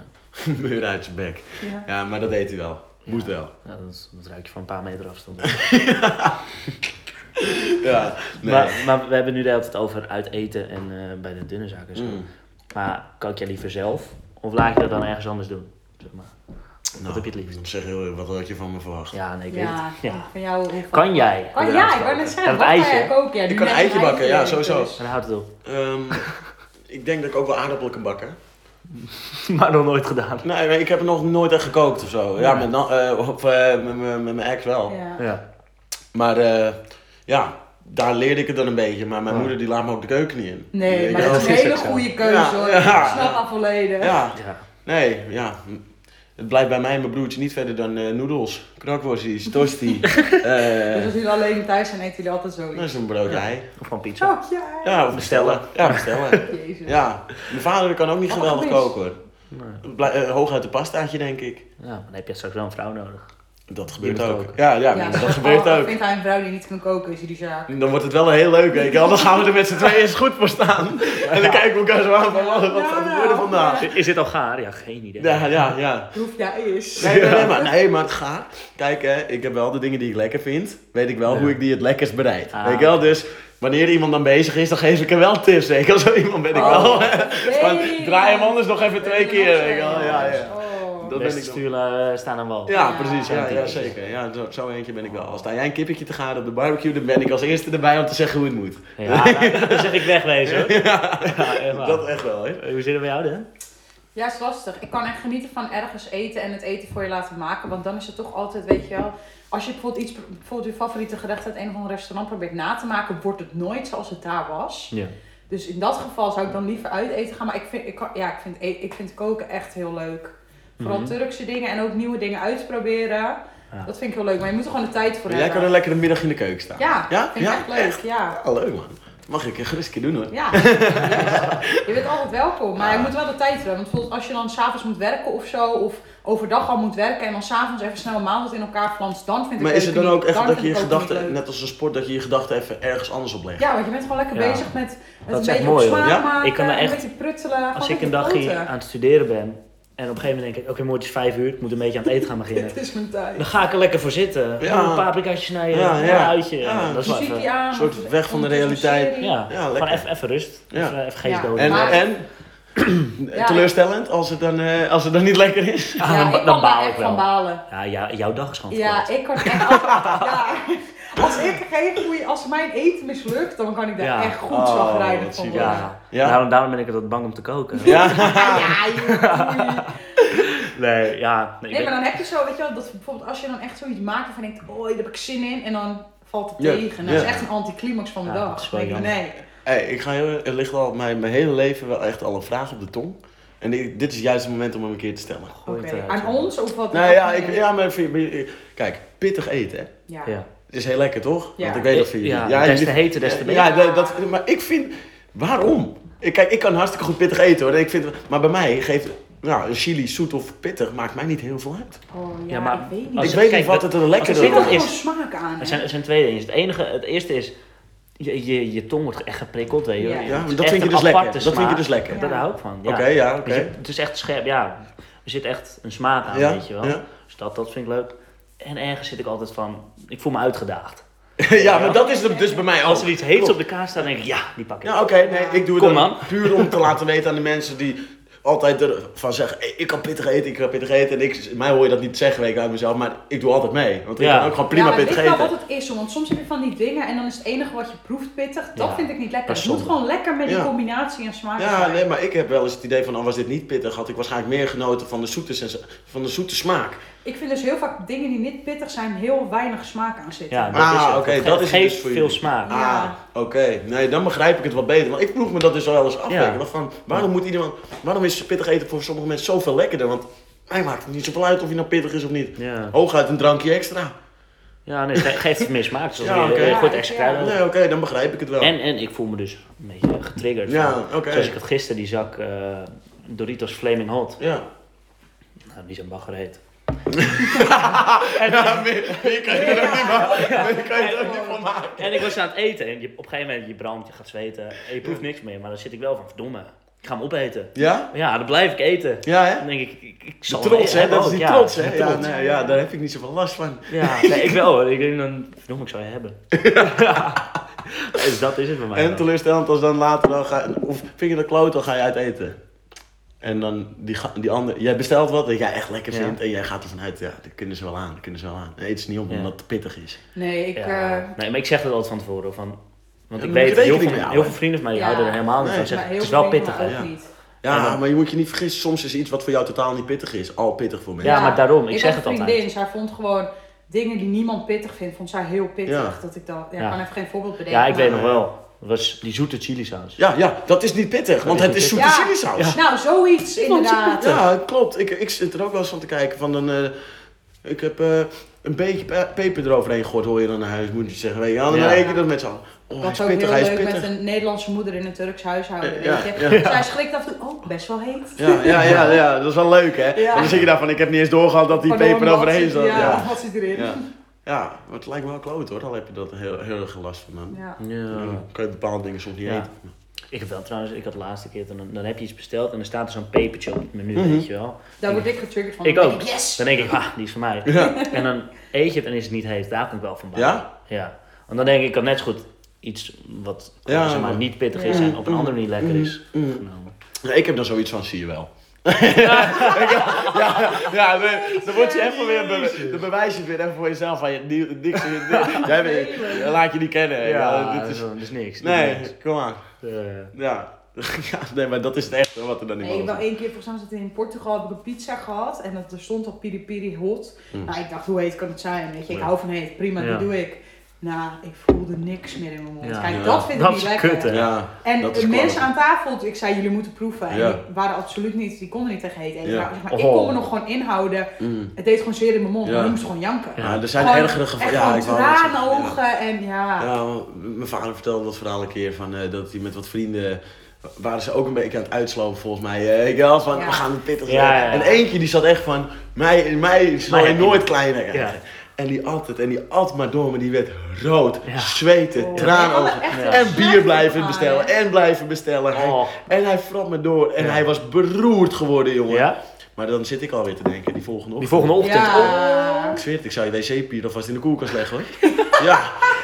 Speaker 2: [LAUGHS] Meuren uit zijn bek.
Speaker 4: Ja.
Speaker 2: Ja, maar dat deed hij wel. Moest wel.
Speaker 3: Ja, dat, dat ruik je van een paar meter afstand.
Speaker 2: Ja, nee.
Speaker 3: [LAUGHS] Maar, maar we hebben nu de hele tijd over uit eten en eh, bij de dunne zaken. en Zo.
Speaker 2: Mm.
Speaker 3: Maar kook jij liever zelf of laat je dat dan ergens anders doen? Zeg maar.
Speaker 2: Nou,
Speaker 3: heb je het liefst?
Speaker 2: Ik zeg heel eerlijk, wat had je van me verwacht?
Speaker 3: Ja, nee, ik weet
Speaker 4: Ja,
Speaker 3: het. Ja.
Speaker 4: van jou hoe
Speaker 3: Kan jij?
Speaker 4: Kan jij? Oh, Ik wou net zeggen,
Speaker 3: Kan
Speaker 4: wat
Speaker 3: het
Speaker 4: ga
Speaker 3: eitje?
Speaker 4: jij koken? Ja, nu
Speaker 2: Ik kan
Speaker 4: net
Speaker 2: een eitje
Speaker 4: een
Speaker 2: bakken, ja,
Speaker 4: eten,
Speaker 2: sowieso.
Speaker 4: dus.
Speaker 3: En houdt het op. [LAUGHS]
Speaker 2: Ehm, ik denk dat ik ook wel aardappelen kan bakken.
Speaker 3: maar nog nooit gedaan.
Speaker 2: Nee, maar ik heb nog nooit echt gekookt of zo. Ja, met, na- eh, of, eh, met, mijn- met mijn ex wel.
Speaker 4: Ja.
Speaker 3: Ja.
Speaker 2: Maar eh, ja, daar leerde ik het dan een beetje. Maar mijn
Speaker 3: Ja.
Speaker 2: moeder die laat me ook de keuken niet in.
Speaker 4: Nee,
Speaker 2: Ik-
Speaker 4: maar
Speaker 2: ja,
Speaker 4: dat is een
Speaker 2: ook
Speaker 4: hele
Speaker 2: zo.
Speaker 4: goede keuze
Speaker 2: Ja,
Speaker 4: hoor.
Speaker 2: ja.
Speaker 4: Ik snap dat volledig.
Speaker 2: Ja,
Speaker 3: ja.
Speaker 2: nee, ja. Het blijft bij mij en mijn broertje niet verder dan eh noedels,
Speaker 4: [LAUGHS]
Speaker 2: knakworstjes, tosti.
Speaker 4: Dus
Speaker 2: eh
Speaker 4: als jullie alleen thuis zijn, eten jullie altijd
Speaker 2: dat
Speaker 4: zoiets.
Speaker 2: is een broodje ei.
Speaker 3: Of gewoon pizza.
Speaker 4: Oh ja.
Speaker 2: Ja, of bestellen. Ja, bestellen.
Speaker 4: Jezus.
Speaker 2: Ja, mijn vader kan ook niet
Speaker 4: Oh,
Speaker 2: geweldig
Speaker 4: mis.
Speaker 2: koken hoor.
Speaker 4: Oh.
Speaker 3: Nee.
Speaker 2: Blij- eh, hooguit de pastaatje denk ik.
Speaker 3: Ja, maar dan heb je straks wel een vrouw nodig.
Speaker 2: Dat gebeurt
Speaker 3: moet
Speaker 2: ook.
Speaker 3: koken.
Speaker 2: Ja, ja,
Speaker 4: Ja,
Speaker 2: dat gebeurt
Speaker 4: oh,
Speaker 2: ook.
Speaker 4: Vindt hij een vrouw die niet kan koken, is jullie zaak.
Speaker 2: Dan wordt het wel een heel leuk week. Anders gaan we er met z'n tweeën eens goed voor staan. En dan kijken we elkaar zo aan van wat, wat gaat er worden vandaag.
Speaker 3: Is dit al gaar? Ja, geen idee.
Speaker 2: Ja, ja, ja.
Speaker 4: Hoef jij is.
Speaker 2: Nee, nee, nee, [LAUGHS] maar, nee, maar het gaat. Kijk, hè, ik heb wel de dingen die ik lekker vind. Weet ik wel hoe ik die het lekkerst bereid.
Speaker 3: Ah.
Speaker 2: Weet je wel? Dus wanneer iemand dan bezig is, dan geef ik hem wel [LAUGHS] tips. Weet je [LAUGHS] wel? Zo iemand ben ik
Speaker 4: Oh.
Speaker 2: wel. Van, draai hem anders nog even twee keer. Weet je wel? Ja, ja.
Speaker 4: Oh. man.
Speaker 2: Dat- ben
Speaker 3: Beste
Speaker 2: ik dan.
Speaker 3: stuurlui eh, staan aan wal.
Speaker 2: Ja,
Speaker 4: Ja.
Speaker 2: precies. Ja,
Speaker 3: Zo'n
Speaker 2: ja,
Speaker 3: typetje.
Speaker 2: zeker. Ja, zo, zo eentje ben ik wel. Als daar jij een kippetje te gaan op de barbecue, dan ben ik als eerste erbij om te zeggen hoe het moet. [LAUGHS]
Speaker 3: Ja, nou, dan zeg ik wegwezen hoor. Ja, echt waar.
Speaker 2: Dat echt wel, hè?
Speaker 3: Eh, Hoe zit het bij jou dan?
Speaker 4: Ja, is lastig. Ik kan echt genieten van ergens eten en het eten voor je laten maken. Want dan is het toch altijd, weet je wel. Als je bijvoorbeeld iets, bijvoorbeeld je favoriete gerecht uit een of ander restaurant probeert na te maken, wordt het nooit zoals het daar was.
Speaker 3: Ja.
Speaker 4: Dus in dat geval zou ik dan liever uit eten gaan. Maar ik vind, ik, kan- ja, ik vind, e- ik vind koken echt heel leuk. Vooral
Speaker 3: Mhm.
Speaker 4: Turkse dingen en ook nieuwe dingen uitproberen.
Speaker 3: Ja.
Speaker 4: Dat vind ik heel leuk. Maar je moet er gewoon de tijd voor
Speaker 2: Maar jij
Speaker 4: hebben.
Speaker 2: kan een lekkere middag in de keuken staan.
Speaker 4: Ja,
Speaker 2: Ja?
Speaker 4: vind ik
Speaker 2: Ja?
Speaker 4: echt leuk. Ja.
Speaker 2: Ja, leuk man. Mag ik een gerust een keer doen hoor. [LAUGHS]
Speaker 4: Ja, je bent altijd welkom, maar je moet wel de tijd hebben. Want bijvoorbeeld als je dan s'avonds moet werken of zo, of overdag al moet werken en dan s'avonds even snel een maaltijd in elkaar flanst, dan vind ik
Speaker 2: Maar is het dan
Speaker 4: keuken
Speaker 2: ook
Speaker 4: niet-
Speaker 2: echt dat
Speaker 4: vind
Speaker 2: je je
Speaker 4: ik koken niet
Speaker 2: gedachten,
Speaker 4: leuk.
Speaker 2: net als een sport, dat je je gedachten even ergens anders op legt?
Speaker 4: Ja, want je bent gewoon lekker
Speaker 3: Ja.
Speaker 4: bezig met het
Speaker 3: Dat
Speaker 4: een
Speaker 3: is echt
Speaker 4: beetje
Speaker 3: mooi,
Speaker 4: op
Speaker 3: hoor.
Speaker 4: smaak
Speaker 2: Ja,
Speaker 4: maken,
Speaker 3: ik kan er echt-
Speaker 4: een beetje pruttelen. gewoon
Speaker 3: Als ik
Speaker 4: lekker
Speaker 3: een dagje
Speaker 4: kloten.
Speaker 3: aan het studeren ben en op een gegeven moment denk ik, oké, morgen is vijf uur, ik moet een beetje aan het eten gaan beginnen.
Speaker 2: [LAUGHS]
Speaker 4: Dit is mijn
Speaker 3: Dan
Speaker 4: tijd.
Speaker 3: ga ik er lekker voor zitten.
Speaker 2: Ja.
Speaker 3: Gewoon een paprikaatje snijden,
Speaker 2: Ja,
Speaker 3: een
Speaker 2: ja.
Speaker 3: uitje.
Speaker 2: Ja.
Speaker 3: Dat is wel even,
Speaker 4: Muziekje
Speaker 3: ja,
Speaker 4: aan.
Speaker 2: soort
Speaker 4: of-
Speaker 2: weg van de
Speaker 4: of een
Speaker 2: realiteit.
Speaker 4: serie.
Speaker 2: Ja,
Speaker 3: gewoon
Speaker 2: lekker.
Speaker 3: even, even rust.
Speaker 2: Ja.
Speaker 3: Even, even geest
Speaker 4: Ja.
Speaker 3: doden.
Speaker 2: En,
Speaker 4: Maar-
Speaker 2: en?
Speaker 4: Ja.
Speaker 2: teleurstellend als het, dan, eh, als het dan niet lekker is?
Speaker 3: Ah,
Speaker 4: Ja,
Speaker 3: dan,
Speaker 4: ik
Speaker 3: dan
Speaker 4: kan daar
Speaker 3: baal
Speaker 4: echt
Speaker 3: ik
Speaker 4: van
Speaker 3: wel.
Speaker 4: balen.
Speaker 3: Ja, ja, jouw dag is gewoon
Speaker 4: Ja,
Speaker 3: verkort.
Speaker 4: ik kan echt.
Speaker 3: [LAUGHS]
Speaker 4: Als, ja, als ik geen goeie, als mijn eten mislukt, dan kan ik daar
Speaker 3: Ja.
Speaker 4: echt goed
Speaker 2: Oh,
Speaker 4: zagrijnig
Speaker 2: wat
Speaker 4: van
Speaker 2: zielig.
Speaker 4: worden.
Speaker 3: Ja.
Speaker 2: Ja.
Speaker 3: Daarom, daarom ben ik altijd bang om te koken.
Speaker 2: Ja.
Speaker 4: [LAUGHS] Ja, joh, doei.
Speaker 3: Nee, ja. Nee, ik
Speaker 4: Nee, maar dan
Speaker 3: ben-
Speaker 4: heb je zo, weet je wel, dat bijvoorbeeld als je dan echt zoiets maakt van denkt, oh, daar heb ik zin in, en dan valt het
Speaker 2: Ja,
Speaker 4: tegen. Dat
Speaker 2: ja.
Speaker 4: is echt een anticlimax van de
Speaker 3: Ja,
Speaker 4: dag.
Speaker 3: dat is wel
Speaker 4: Dan denk ik, nee.
Speaker 2: Hey, ik ga heel, er ligt al mijn, mijn hele leven wel echt al een vraag op de tong. En ik- dit is juist het moment om hem een keer te stellen.
Speaker 3: Gooi
Speaker 4: Oké,
Speaker 3: het eruit,
Speaker 4: aan
Speaker 3: ja.
Speaker 4: ons of wat?
Speaker 2: Nou ja, ik, ja maar vind je- kijk, pittig eten, hè.
Speaker 4: Ja.
Speaker 3: Ja.
Speaker 2: Het is heel lekker, toch?
Speaker 4: Ja.
Speaker 2: Want ik weet dat voor jullie.
Speaker 3: Eh, Ja, des te
Speaker 2: jullie-
Speaker 3: heter, des te beter.
Speaker 2: Ja, dat, dat- maar ik vind... Waarom? Ik, kijk, ik kan hartstikke goed pittig eten, hoor. Ik vind, maar bij mij geeft... Nou, een chili zoet of pittig maakt mij niet heel veel uit.
Speaker 4: Oh, ja,
Speaker 3: Ja, maar
Speaker 4: ik weet
Speaker 3: als-
Speaker 4: niet.
Speaker 2: ik weet
Speaker 3: kijk,
Speaker 2: niet wat
Speaker 3: dat-
Speaker 2: het er
Speaker 3: als
Speaker 2: lekkerder
Speaker 4: Er zit
Speaker 3: dat
Speaker 4: ook
Speaker 2: aan
Speaker 4: gewoon
Speaker 2: is.
Speaker 3: is-
Speaker 4: smaak aan.
Speaker 3: Er
Speaker 4: hè?
Speaker 3: zijn, er zijn twee dingen. Het, enige, het eerste is, je, je, je tong wordt echt geprikkeld, weet je.
Speaker 4: Ja.
Speaker 3: Het
Speaker 2: Ja,
Speaker 3: is
Speaker 2: maar
Speaker 3: echt
Speaker 2: dat vind je
Speaker 3: een
Speaker 2: dus lekker.
Speaker 3: aparte
Speaker 2: Dat vind je
Speaker 3: smaak.
Speaker 2: dus lekker.
Speaker 4: Ja.
Speaker 3: Daar hou ik van. Ja.
Speaker 2: Oké, ja, oké.
Speaker 3: Dus je- het is echt scherp, ja. Er zit echt een smaak aan,
Speaker 2: Ja,
Speaker 3: weet je wel.
Speaker 2: ja.
Speaker 3: Dus dat, dat vind ik leuk. En ergens zit ik altijd van, ik voel me uitgedaagd.
Speaker 2: [LAUGHS] ja, maar dat is het dus bij mij ook.
Speaker 3: Als er iets heets
Speaker 2: Klopt.
Speaker 3: op de kaart staat, denk ik, ja, die pak ik.
Speaker 2: Ja, oké, nee, ik doe het
Speaker 3: Kom
Speaker 2: dan
Speaker 3: aan.
Speaker 2: puur om te laten weten aan de mensen die altijd ervan zeggen: "Hey, ik kan pittig eten, ik kan pittig eten. En ik, mij hoor je dat niet zeggen, weet ik uit mezelf, maar ik doe altijd mee. Want ik
Speaker 3: Ja.
Speaker 2: kan ook gewoon prima
Speaker 4: ja, maar
Speaker 2: pittig
Speaker 4: weet wel wat
Speaker 2: eten.
Speaker 4: het is, hoor, want soms heb je van die dingen en dan is het enige wat je proeft pittig. Dat
Speaker 3: Ja,
Speaker 4: vind ik niet lekker. Het
Speaker 3: dat is
Speaker 4: moet
Speaker 3: zonde.
Speaker 4: gewoon lekker met die
Speaker 2: Ja.
Speaker 4: combinatie en smaak.
Speaker 2: Ja,
Speaker 4: zijn.
Speaker 2: nee, maar ik heb wel eens het idee van: al was dit niet pittig, had ik waarschijnlijk meer genoten van de zoete, sensa- van de zoete smaak.
Speaker 4: Ik vind dus heel vaak dingen die niet pittig zijn, heel weinig smaak aan zitten.
Speaker 3: Ja, dat
Speaker 2: Ah,
Speaker 3: is het.
Speaker 2: oké,
Speaker 3: Het
Speaker 2: dat
Speaker 3: ge-
Speaker 2: is het
Speaker 3: geeft
Speaker 2: dus voor
Speaker 3: veel
Speaker 2: jullie.
Speaker 3: smaak.
Speaker 4: Ja.
Speaker 2: Ah, oké. Nee, dan begrijp ik het wat beter. Want ik vroeg me dat dus wel eens af.
Speaker 3: Ja.
Speaker 2: weet je wel, Van, waarom, moet iedereen, waarom is pittig eten voor sommige mensen zoveel lekkerder? Want mij maakt het niet zoveel uit of je nou pittig is of niet.
Speaker 3: Ja,
Speaker 2: Hooguit een drankje extra.
Speaker 3: ja nee, het ge- geeft het meer smaak. Dus als
Speaker 2: Ja,
Speaker 3: je-
Speaker 2: oké.
Speaker 3: je gooit
Speaker 4: Ja,
Speaker 3: extra
Speaker 4: ja.
Speaker 3: kruiden op.
Speaker 2: Nee, oké, dan begrijp ik het wel.
Speaker 3: En, en ik voel me dus een beetje getriggerd.
Speaker 2: Ja,
Speaker 3: van-
Speaker 2: oké.
Speaker 3: Zoals ik had gisteren die zak eh, Doritos Flaming Hot.
Speaker 2: [LAUGHS] Ja.
Speaker 3: Nou, die zijn bagger heet.
Speaker 2: Ja, meer, meer kan je er ook niet van- meer kan je er ook niet van maken.
Speaker 3: En ik was aan het eten en je, op een gegeven moment je brandt, je gaat zweten en je proeft niks meer. Maar dan zit ik wel van, verdomme, ik ga hem opeten.
Speaker 2: Ja?
Speaker 3: Ja, dan blijf ik eten.
Speaker 2: Ja, hè?
Speaker 3: Dan denk ik, ik, ik
Speaker 2: Die
Speaker 3: zal hem
Speaker 2: trots, hè?
Speaker 3: hebben
Speaker 2: Dat is
Speaker 3: ook,
Speaker 2: die
Speaker 3: ja.
Speaker 2: trots, hè?
Speaker 3: Die
Speaker 2: Ja,
Speaker 3: trots.
Speaker 2: nee, ja, daar heb ik niet zoveel last van.
Speaker 3: Ja, nee, ik wel hoor. Ik denk dan, verdomme, ik zou je
Speaker 2: [LAUGHS]
Speaker 3: hebben. [LAUGHS] Nee, dus dat is het voor mij.
Speaker 2: En
Speaker 3: wel.
Speaker 2: teleurstellend als dan later dan ga Of vind je dat kloot, dan ga je uit eten. En dan die, ga- die ander... Jij bestelt wat dat jij echt lekker
Speaker 3: Ja.
Speaker 2: vindt. En jij gaat ervan uit, ja, dat kunnen ze wel aan. Dat kunnen ze wel aan. En eet ze niet op
Speaker 3: Ja.
Speaker 2: omdat het pittig is.
Speaker 4: Nee, ik,
Speaker 3: Ja.
Speaker 4: eh,
Speaker 3: nee, maar ik zeg dat altijd van tevoren. Van, want
Speaker 2: Ja,
Speaker 3: ik
Speaker 2: moet je
Speaker 3: weet, dat heel
Speaker 2: rekening
Speaker 3: veel,
Speaker 2: mee houden.
Speaker 3: heel veel vrienden van mij die
Speaker 4: Ja.
Speaker 3: houden er helemaal niet
Speaker 2: Nee.
Speaker 3: van.
Speaker 4: maar
Speaker 3: Zeggen,
Speaker 4: heel
Speaker 3: het is wel
Speaker 4: veel
Speaker 3: pittig,
Speaker 4: dingen
Speaker 3: hè?
Speaker 4: ook
Speaker 2: hè? Ja.
Speaker 4: niet.
Speaker 2: Ja,
Speaker 3: En dan-
Speaker 2: maar je moet je niet vergissen. Soms is iets wat voor jou totaal niet pittig is, al pittig voor mensen.
Speaker 3: Ja, maar daarom, ik
Speaker 4: had
Speaker 3: zeg het
Speaker 4: een
Speaker 3: altijd.
Speaker 4: vriendin, zij vond gewoon dingen die niemand pittig vindt, vond zij heel pittig.
Speaker 2: Ja.
Speaker 4: Dat ik dat, ja,
Speaker 3: Ja.
Speaker 4: ik kan even geen voorbeeld bedenken.
Speaker 3: Ja, ik weet
Speaker 4: maar-
Speaker 3: nog wel. Dat was die zoete chili saus.
Speaker 2: Ja, ja, dat is niet pittig, want
Speaker 3: is
Speaker 2: het
Speaker 3: niet
Speaker 2: is zoete
Speaker 4: pittig. Ja.
Speaker 2: chilisaus.
Speaker 4: Nou, zoiets inderdaad.
Speaker 2: Ja, klopt. Ik, ik zit er ook wel eens van te kijken. Van dan, eh, ik heb eh, een beetje pe- peper eroverheen gegooid, hoor je dan naar huis, moet je zeggen. Weet je, wel. dan
Speaker 3: Ja.
Speaker 2: reken je dat met z'n allen. Oh, hij
Speaker 4: Dat
Speaker 2: is
Speaker 4: is ook
Speaker 2: pittig,
Speaker 4: heel
Speaker 2: hij is
Speaker 4: leuk met
Speaker 2: pittig.
Speaker 4: een Nederlandse moeder in een Turks huishouden.
Speaker 2: Eh,
Speaker 4: Weet
Speaker 2: ja,
Speaker 4: je. Zij schrikt af en toe, oh, best wel heet.
Speaker 2: Ja,
Speaker 4: [LAUGHS]
Speaker 2: ja, ja, ja, dat is wel leuk, hè?
Speaker 4: Ja.
Speaker 2: En dan zit je daarvan, ik heb niet eens doorgehad dat die
Speaker 4: Pardon,
Speaker 2: peper
Speaker 4: wat
Speaker 2: overheen
Speaker 4: zit-
Speaker 2: zat.
Speaker 4: Ja, [LAUGHS]
Speaker 2: Ja.
Speaker 4: wat zit erin?
Speaker 2: Ja. ja, maar het lijkt me wel kloot, hoor. Al heb je dat heel, heel erg last van. Dan
Speaker 4: Ja.
Speaker 3: Ja.
Speaker 2: Dan kan je bepaalde dingen soms niet
Speaker 3: Ja.
Speaker 2: eten.
Speaker 3: eh, Ik heb wel trouwens, ik had de laatste keer, dan, dan heb je iets besteld en dan staat er zo'n pepertje op het menu,
Speaker 2: Mhm.
Speaker 3: weet je wel.
Speaker 4: Daar word ik getriggerd van.
Speaker 3: Ik
Speaker 4: Dan
Speaker 3: ook.
Speaker 4: denk Yes!
Speaker 3: Dan denk ik, ah, die is voor mij.
Speaker 2: Ja.
Speaker 3: [LAUGHS] En dan eet je het en is het niet heet, daar kan ik wel van balen.
Speaker 2: Ja?
Speaker 3: Ja. Want dan denk ik, ik kan net zo goed iets wat
Speaker 2: Ja,
Speaker 3: zeg maar,
Speaker 2: maar-
Speaker 3: niet pittig is
Speaker 2: Ja.
Speaker 3: en op een andere manier lekker is Nou.
Speaker 2: Mm.
Speaker 3: genomen.
Speaker 4: [LAUGHS]
Speaker 2: [LAUGHS] Ja, ik heb dan zoiets van, zie je wel. Ja, nee, dan word je echt wel weer, be- dan bewijs je het weer even voor jezelf. Van je, ni- niks,
Speaker 3: [LAUGHS]
Speaker 2: ni- jij bent-
Speaker 4: Vreselijk.
Speaker 2: laat je niet kennen. Ja, dit is,
Speaker 3: dat is niks. dit is niks.
Speaker 2: nee, kom aan.
Speaker 3: Eh,
Speaker 2: Ja. [LAUGHS] ja, nee, maar dat is het echt hoor, wat er dan niet
Speaker 4: Nee, ik
Speaker 2: boven
Speaker 4: wel één keer, volgens mij zat ik in Portugal, heb ik een pizza gehad en dat, er stond op piri piri hot.
Speaker 2: Mm.
Speaker 4: Nou, ik dacht, hoe heet kan het zijn? Weet je, ik
Speaker 2: Ja.
Speaker 4: hou van heet, prima,
Speaker 3: Ja.
Speaker 4: dat doe ik. Nou, ik voelde niks meer in mijn mond.
Speaker 3: Ja.
Speaker 4: Kijk,
Speaker 2: Ja.
Speaker 4: dat vind ik
Speaker 3: Dat
Speaker 4: niet
Speaker 3: is
Speaker 4: lekker.
Speaker 3: kut, hè?
Speaker 2: Ja,
Speaker 4: En
Speaker 2: Dat
Speaker 4: de
Speaker 2: is
Speaker 4: mensen
Speaker 2: kwalijk.
Speaker 4: aan tafel, ik zei, jullie moeten proeven. En
Speaker 2: Ja.
Speaker 4: die waren absoluut niet, die konden niet tegen heet eten.
Speaker 2: Ja.
Speaker 4: Maar, zeg maar,
Speaker 3: Oh.
Speaker 4: ik kon me nog gewoon inhouden.
Speaker 2: mm.
Speaker 4: Het deed gewoon zeer in mijn mond,
Speaker 2: Ja.
Speaker 4: maar ik moest gewoon janken.
Speaker 3: Ja.
Speaker 2: ja, er zijn
Speaker 4: Gewoon
Speaker 2: ergere gevallen.
Speaker 4: Echt
Speaker 2: Ja,
Speaker 4: gewoon
Speaker 2: ik wou net zeggen, ja.
Speaker 4: traanogen en ja.
Speaker 2: Ja, want Nou, mijn vader vertelde dat verhaal een keer van eh, dat hij met wat vrienden waren ze ook een beetje aan het uitslopen volgens mij. eh, ik wel van
Speaker 4: Ja.
Speaker 2: we gaan het pittig
Speaker 3: Ja,
Speaker 2: doen.
Speaker 3: ja, ja.
Speaker 2: En eentje die zat echt van mij, mij zal
Speaker 3: Mij-
Speaker 2: je nooit kleiner krijgen.
Speaker 3: Ja.
Speaker 2: En die altijd en die at maar door, maar die werd rood,
Speaker 3: Ja.
Speaker 2: zweten,
Speaker 4: Oh. Ik
Speaker 2: traanogen.
Speaker 4: had er echt
Speaker 3: Ja.
Speaker 4: een
Speaker 2: En
Speaker 4: slechte
Speaker 2: bier blijven
Speaker 4: ervaring.
Speaker 2: bestellen en blijven bestellen. Hij-
Speaker 3: oh.
Speaker 2: En hij vrat me door en
Speaker 3: Ja.
Speaker 2: hij was beroerd geworden, jongen.
Speaker 3: Ja?
Speaker 2: Maar dan zit ik alweer te denken, die volgende
Speaker 3: Die
Speaker 2: ochtend.
Speaker 3: volgende ochtend.
Speaker 4: Ja.
Speaker 2: Ik zweer het, ik zou je wc-papier alvast in de koelkast leggen hoor. ja,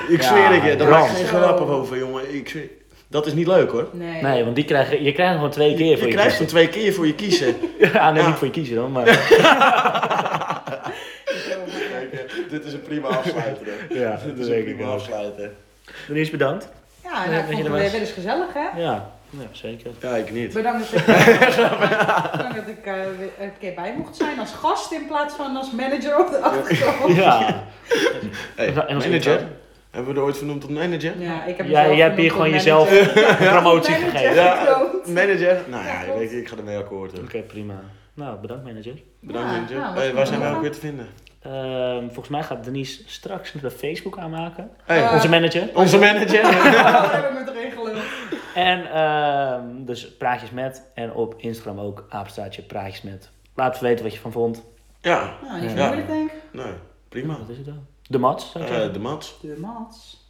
Speaker 2: ik
Speaker 3: Ja,
Speaker 2: zweer het je, daar maak ik
Speaker 3: brand.
Speaker 2: geen grappen over jongen. Ik zweer- Dat is niet leuk hoor.
Speaker 4: Nee.
Speaker 3: Nee, want die krijgen, je krijgt gewoon twee keer
Speaker 2: Je,
Speaker 3: voor je
Speaker 2: krijgt hem
Speaker 3: kiezen.
Speaker 2: twee keer voor je kiezen.
Speaker 3: [LAUGHS] Ja, nee,
Speaker 2: Ja.
Speaker 3: niet voor je kiezen
Speaker 2: [LAUGHS]
Speaker 3: dan, maar...
Speaker 2: Kijk, eh, dit is een prima afsluiter. [LAUGHS] hè.
Speaker 3: Ja,
Speaker 2: dit
Speaker 3: dat
Speaker 2: is
Speaker 3: weet
Speaker 2: een
Speaker 3: ik
Speaker 2: prima
Speaker 3: ook.
Speaker 2: afsluiter.
Speaker 3: Dan eerst bedankt.
Speaker 4: Ja, nou,
Speaker 3: Nee,
Speaker 4: ik
Speaker 3: weet
Speaker 4: vond
Speaker 3: je
Speaker 4: het
Speaker 3: dat was-
Speaker 4: weer weer eens gezellig, hè?
Speaker 3: Ja, ja zeker.
Speaker 2: Ja, ik niet.
Speaker 4: Bedankt [LAUGHS] dat ik,
Speaker 3: eh,
Speaker 4: bedankt dat ik eh, weer een keer bij mocht zijn als gast in plaats van als manager op de achtergrond.
Speaker 3: Ja.
Speaker 2: Hey,
Speaker 3: En als
Speaker 2: manager. [LAUGHS]
Speaker 3: intro?
Speaker 2: Hebben we er ooit vernoemd tot manager?
Speaker 4: Ja, ik heb
Speaker 3: Jij-
Speaker 4: mezelf
Speaker 3: jij hebt hier gewoon
Speaker 4: genoemd tot
Speaker 3: jezelf
Speaker 4: manager. Ja, ik heb
Speaker 3: promotie
Speaker 4: manager
Speaker 3: gegeven.
Speaker 4: gekroond.
Speaker 2: Manager? Nou
Speaker 4: Ja,
Speaker 2: ja, ik,
Speaker 4: klopt.
Speaker 2: weet, ik ga ermee akkoord. hoor.
Speaker 3: Oké, prima. Nou, bedankt manager.
Speaker 2: Bedankt
Speaker 4: Ja,
Speaker 2: manager.
Speaker 4: nou, wat
Speaker 2: Hey, waar zijn wij
Speaker 4: goed.
Speaker 2: ook weer te vinden?
Speaker 3: Ehm, volgens mij gaat Denise straks de Facebook aanmaken.
Speaker 2: Hey,
Speaker 4: Eh.
Speaker 3: Onze manager.
Speaker 2: onze manager.
Speaker 4: [LAUGHS] Ja, dat heb ik met regelen.
Speaker 3: En ehm, dus praatjes met. En op Instagram ook apenstaartje praatjes met. Laat even weten wat je van vond.
Speaker 2: ja,
Speaker 4: Nou, niet zo
Speaker 2: Ja.
Speaker 4: moeilijk denk ik.
Speaker 2: nou prima.
Speaker 3: Wat is het dan? De Mats, zou ik zeggen.
Speaker 2: Eh, de Mats.
Speaker 4: De Mats.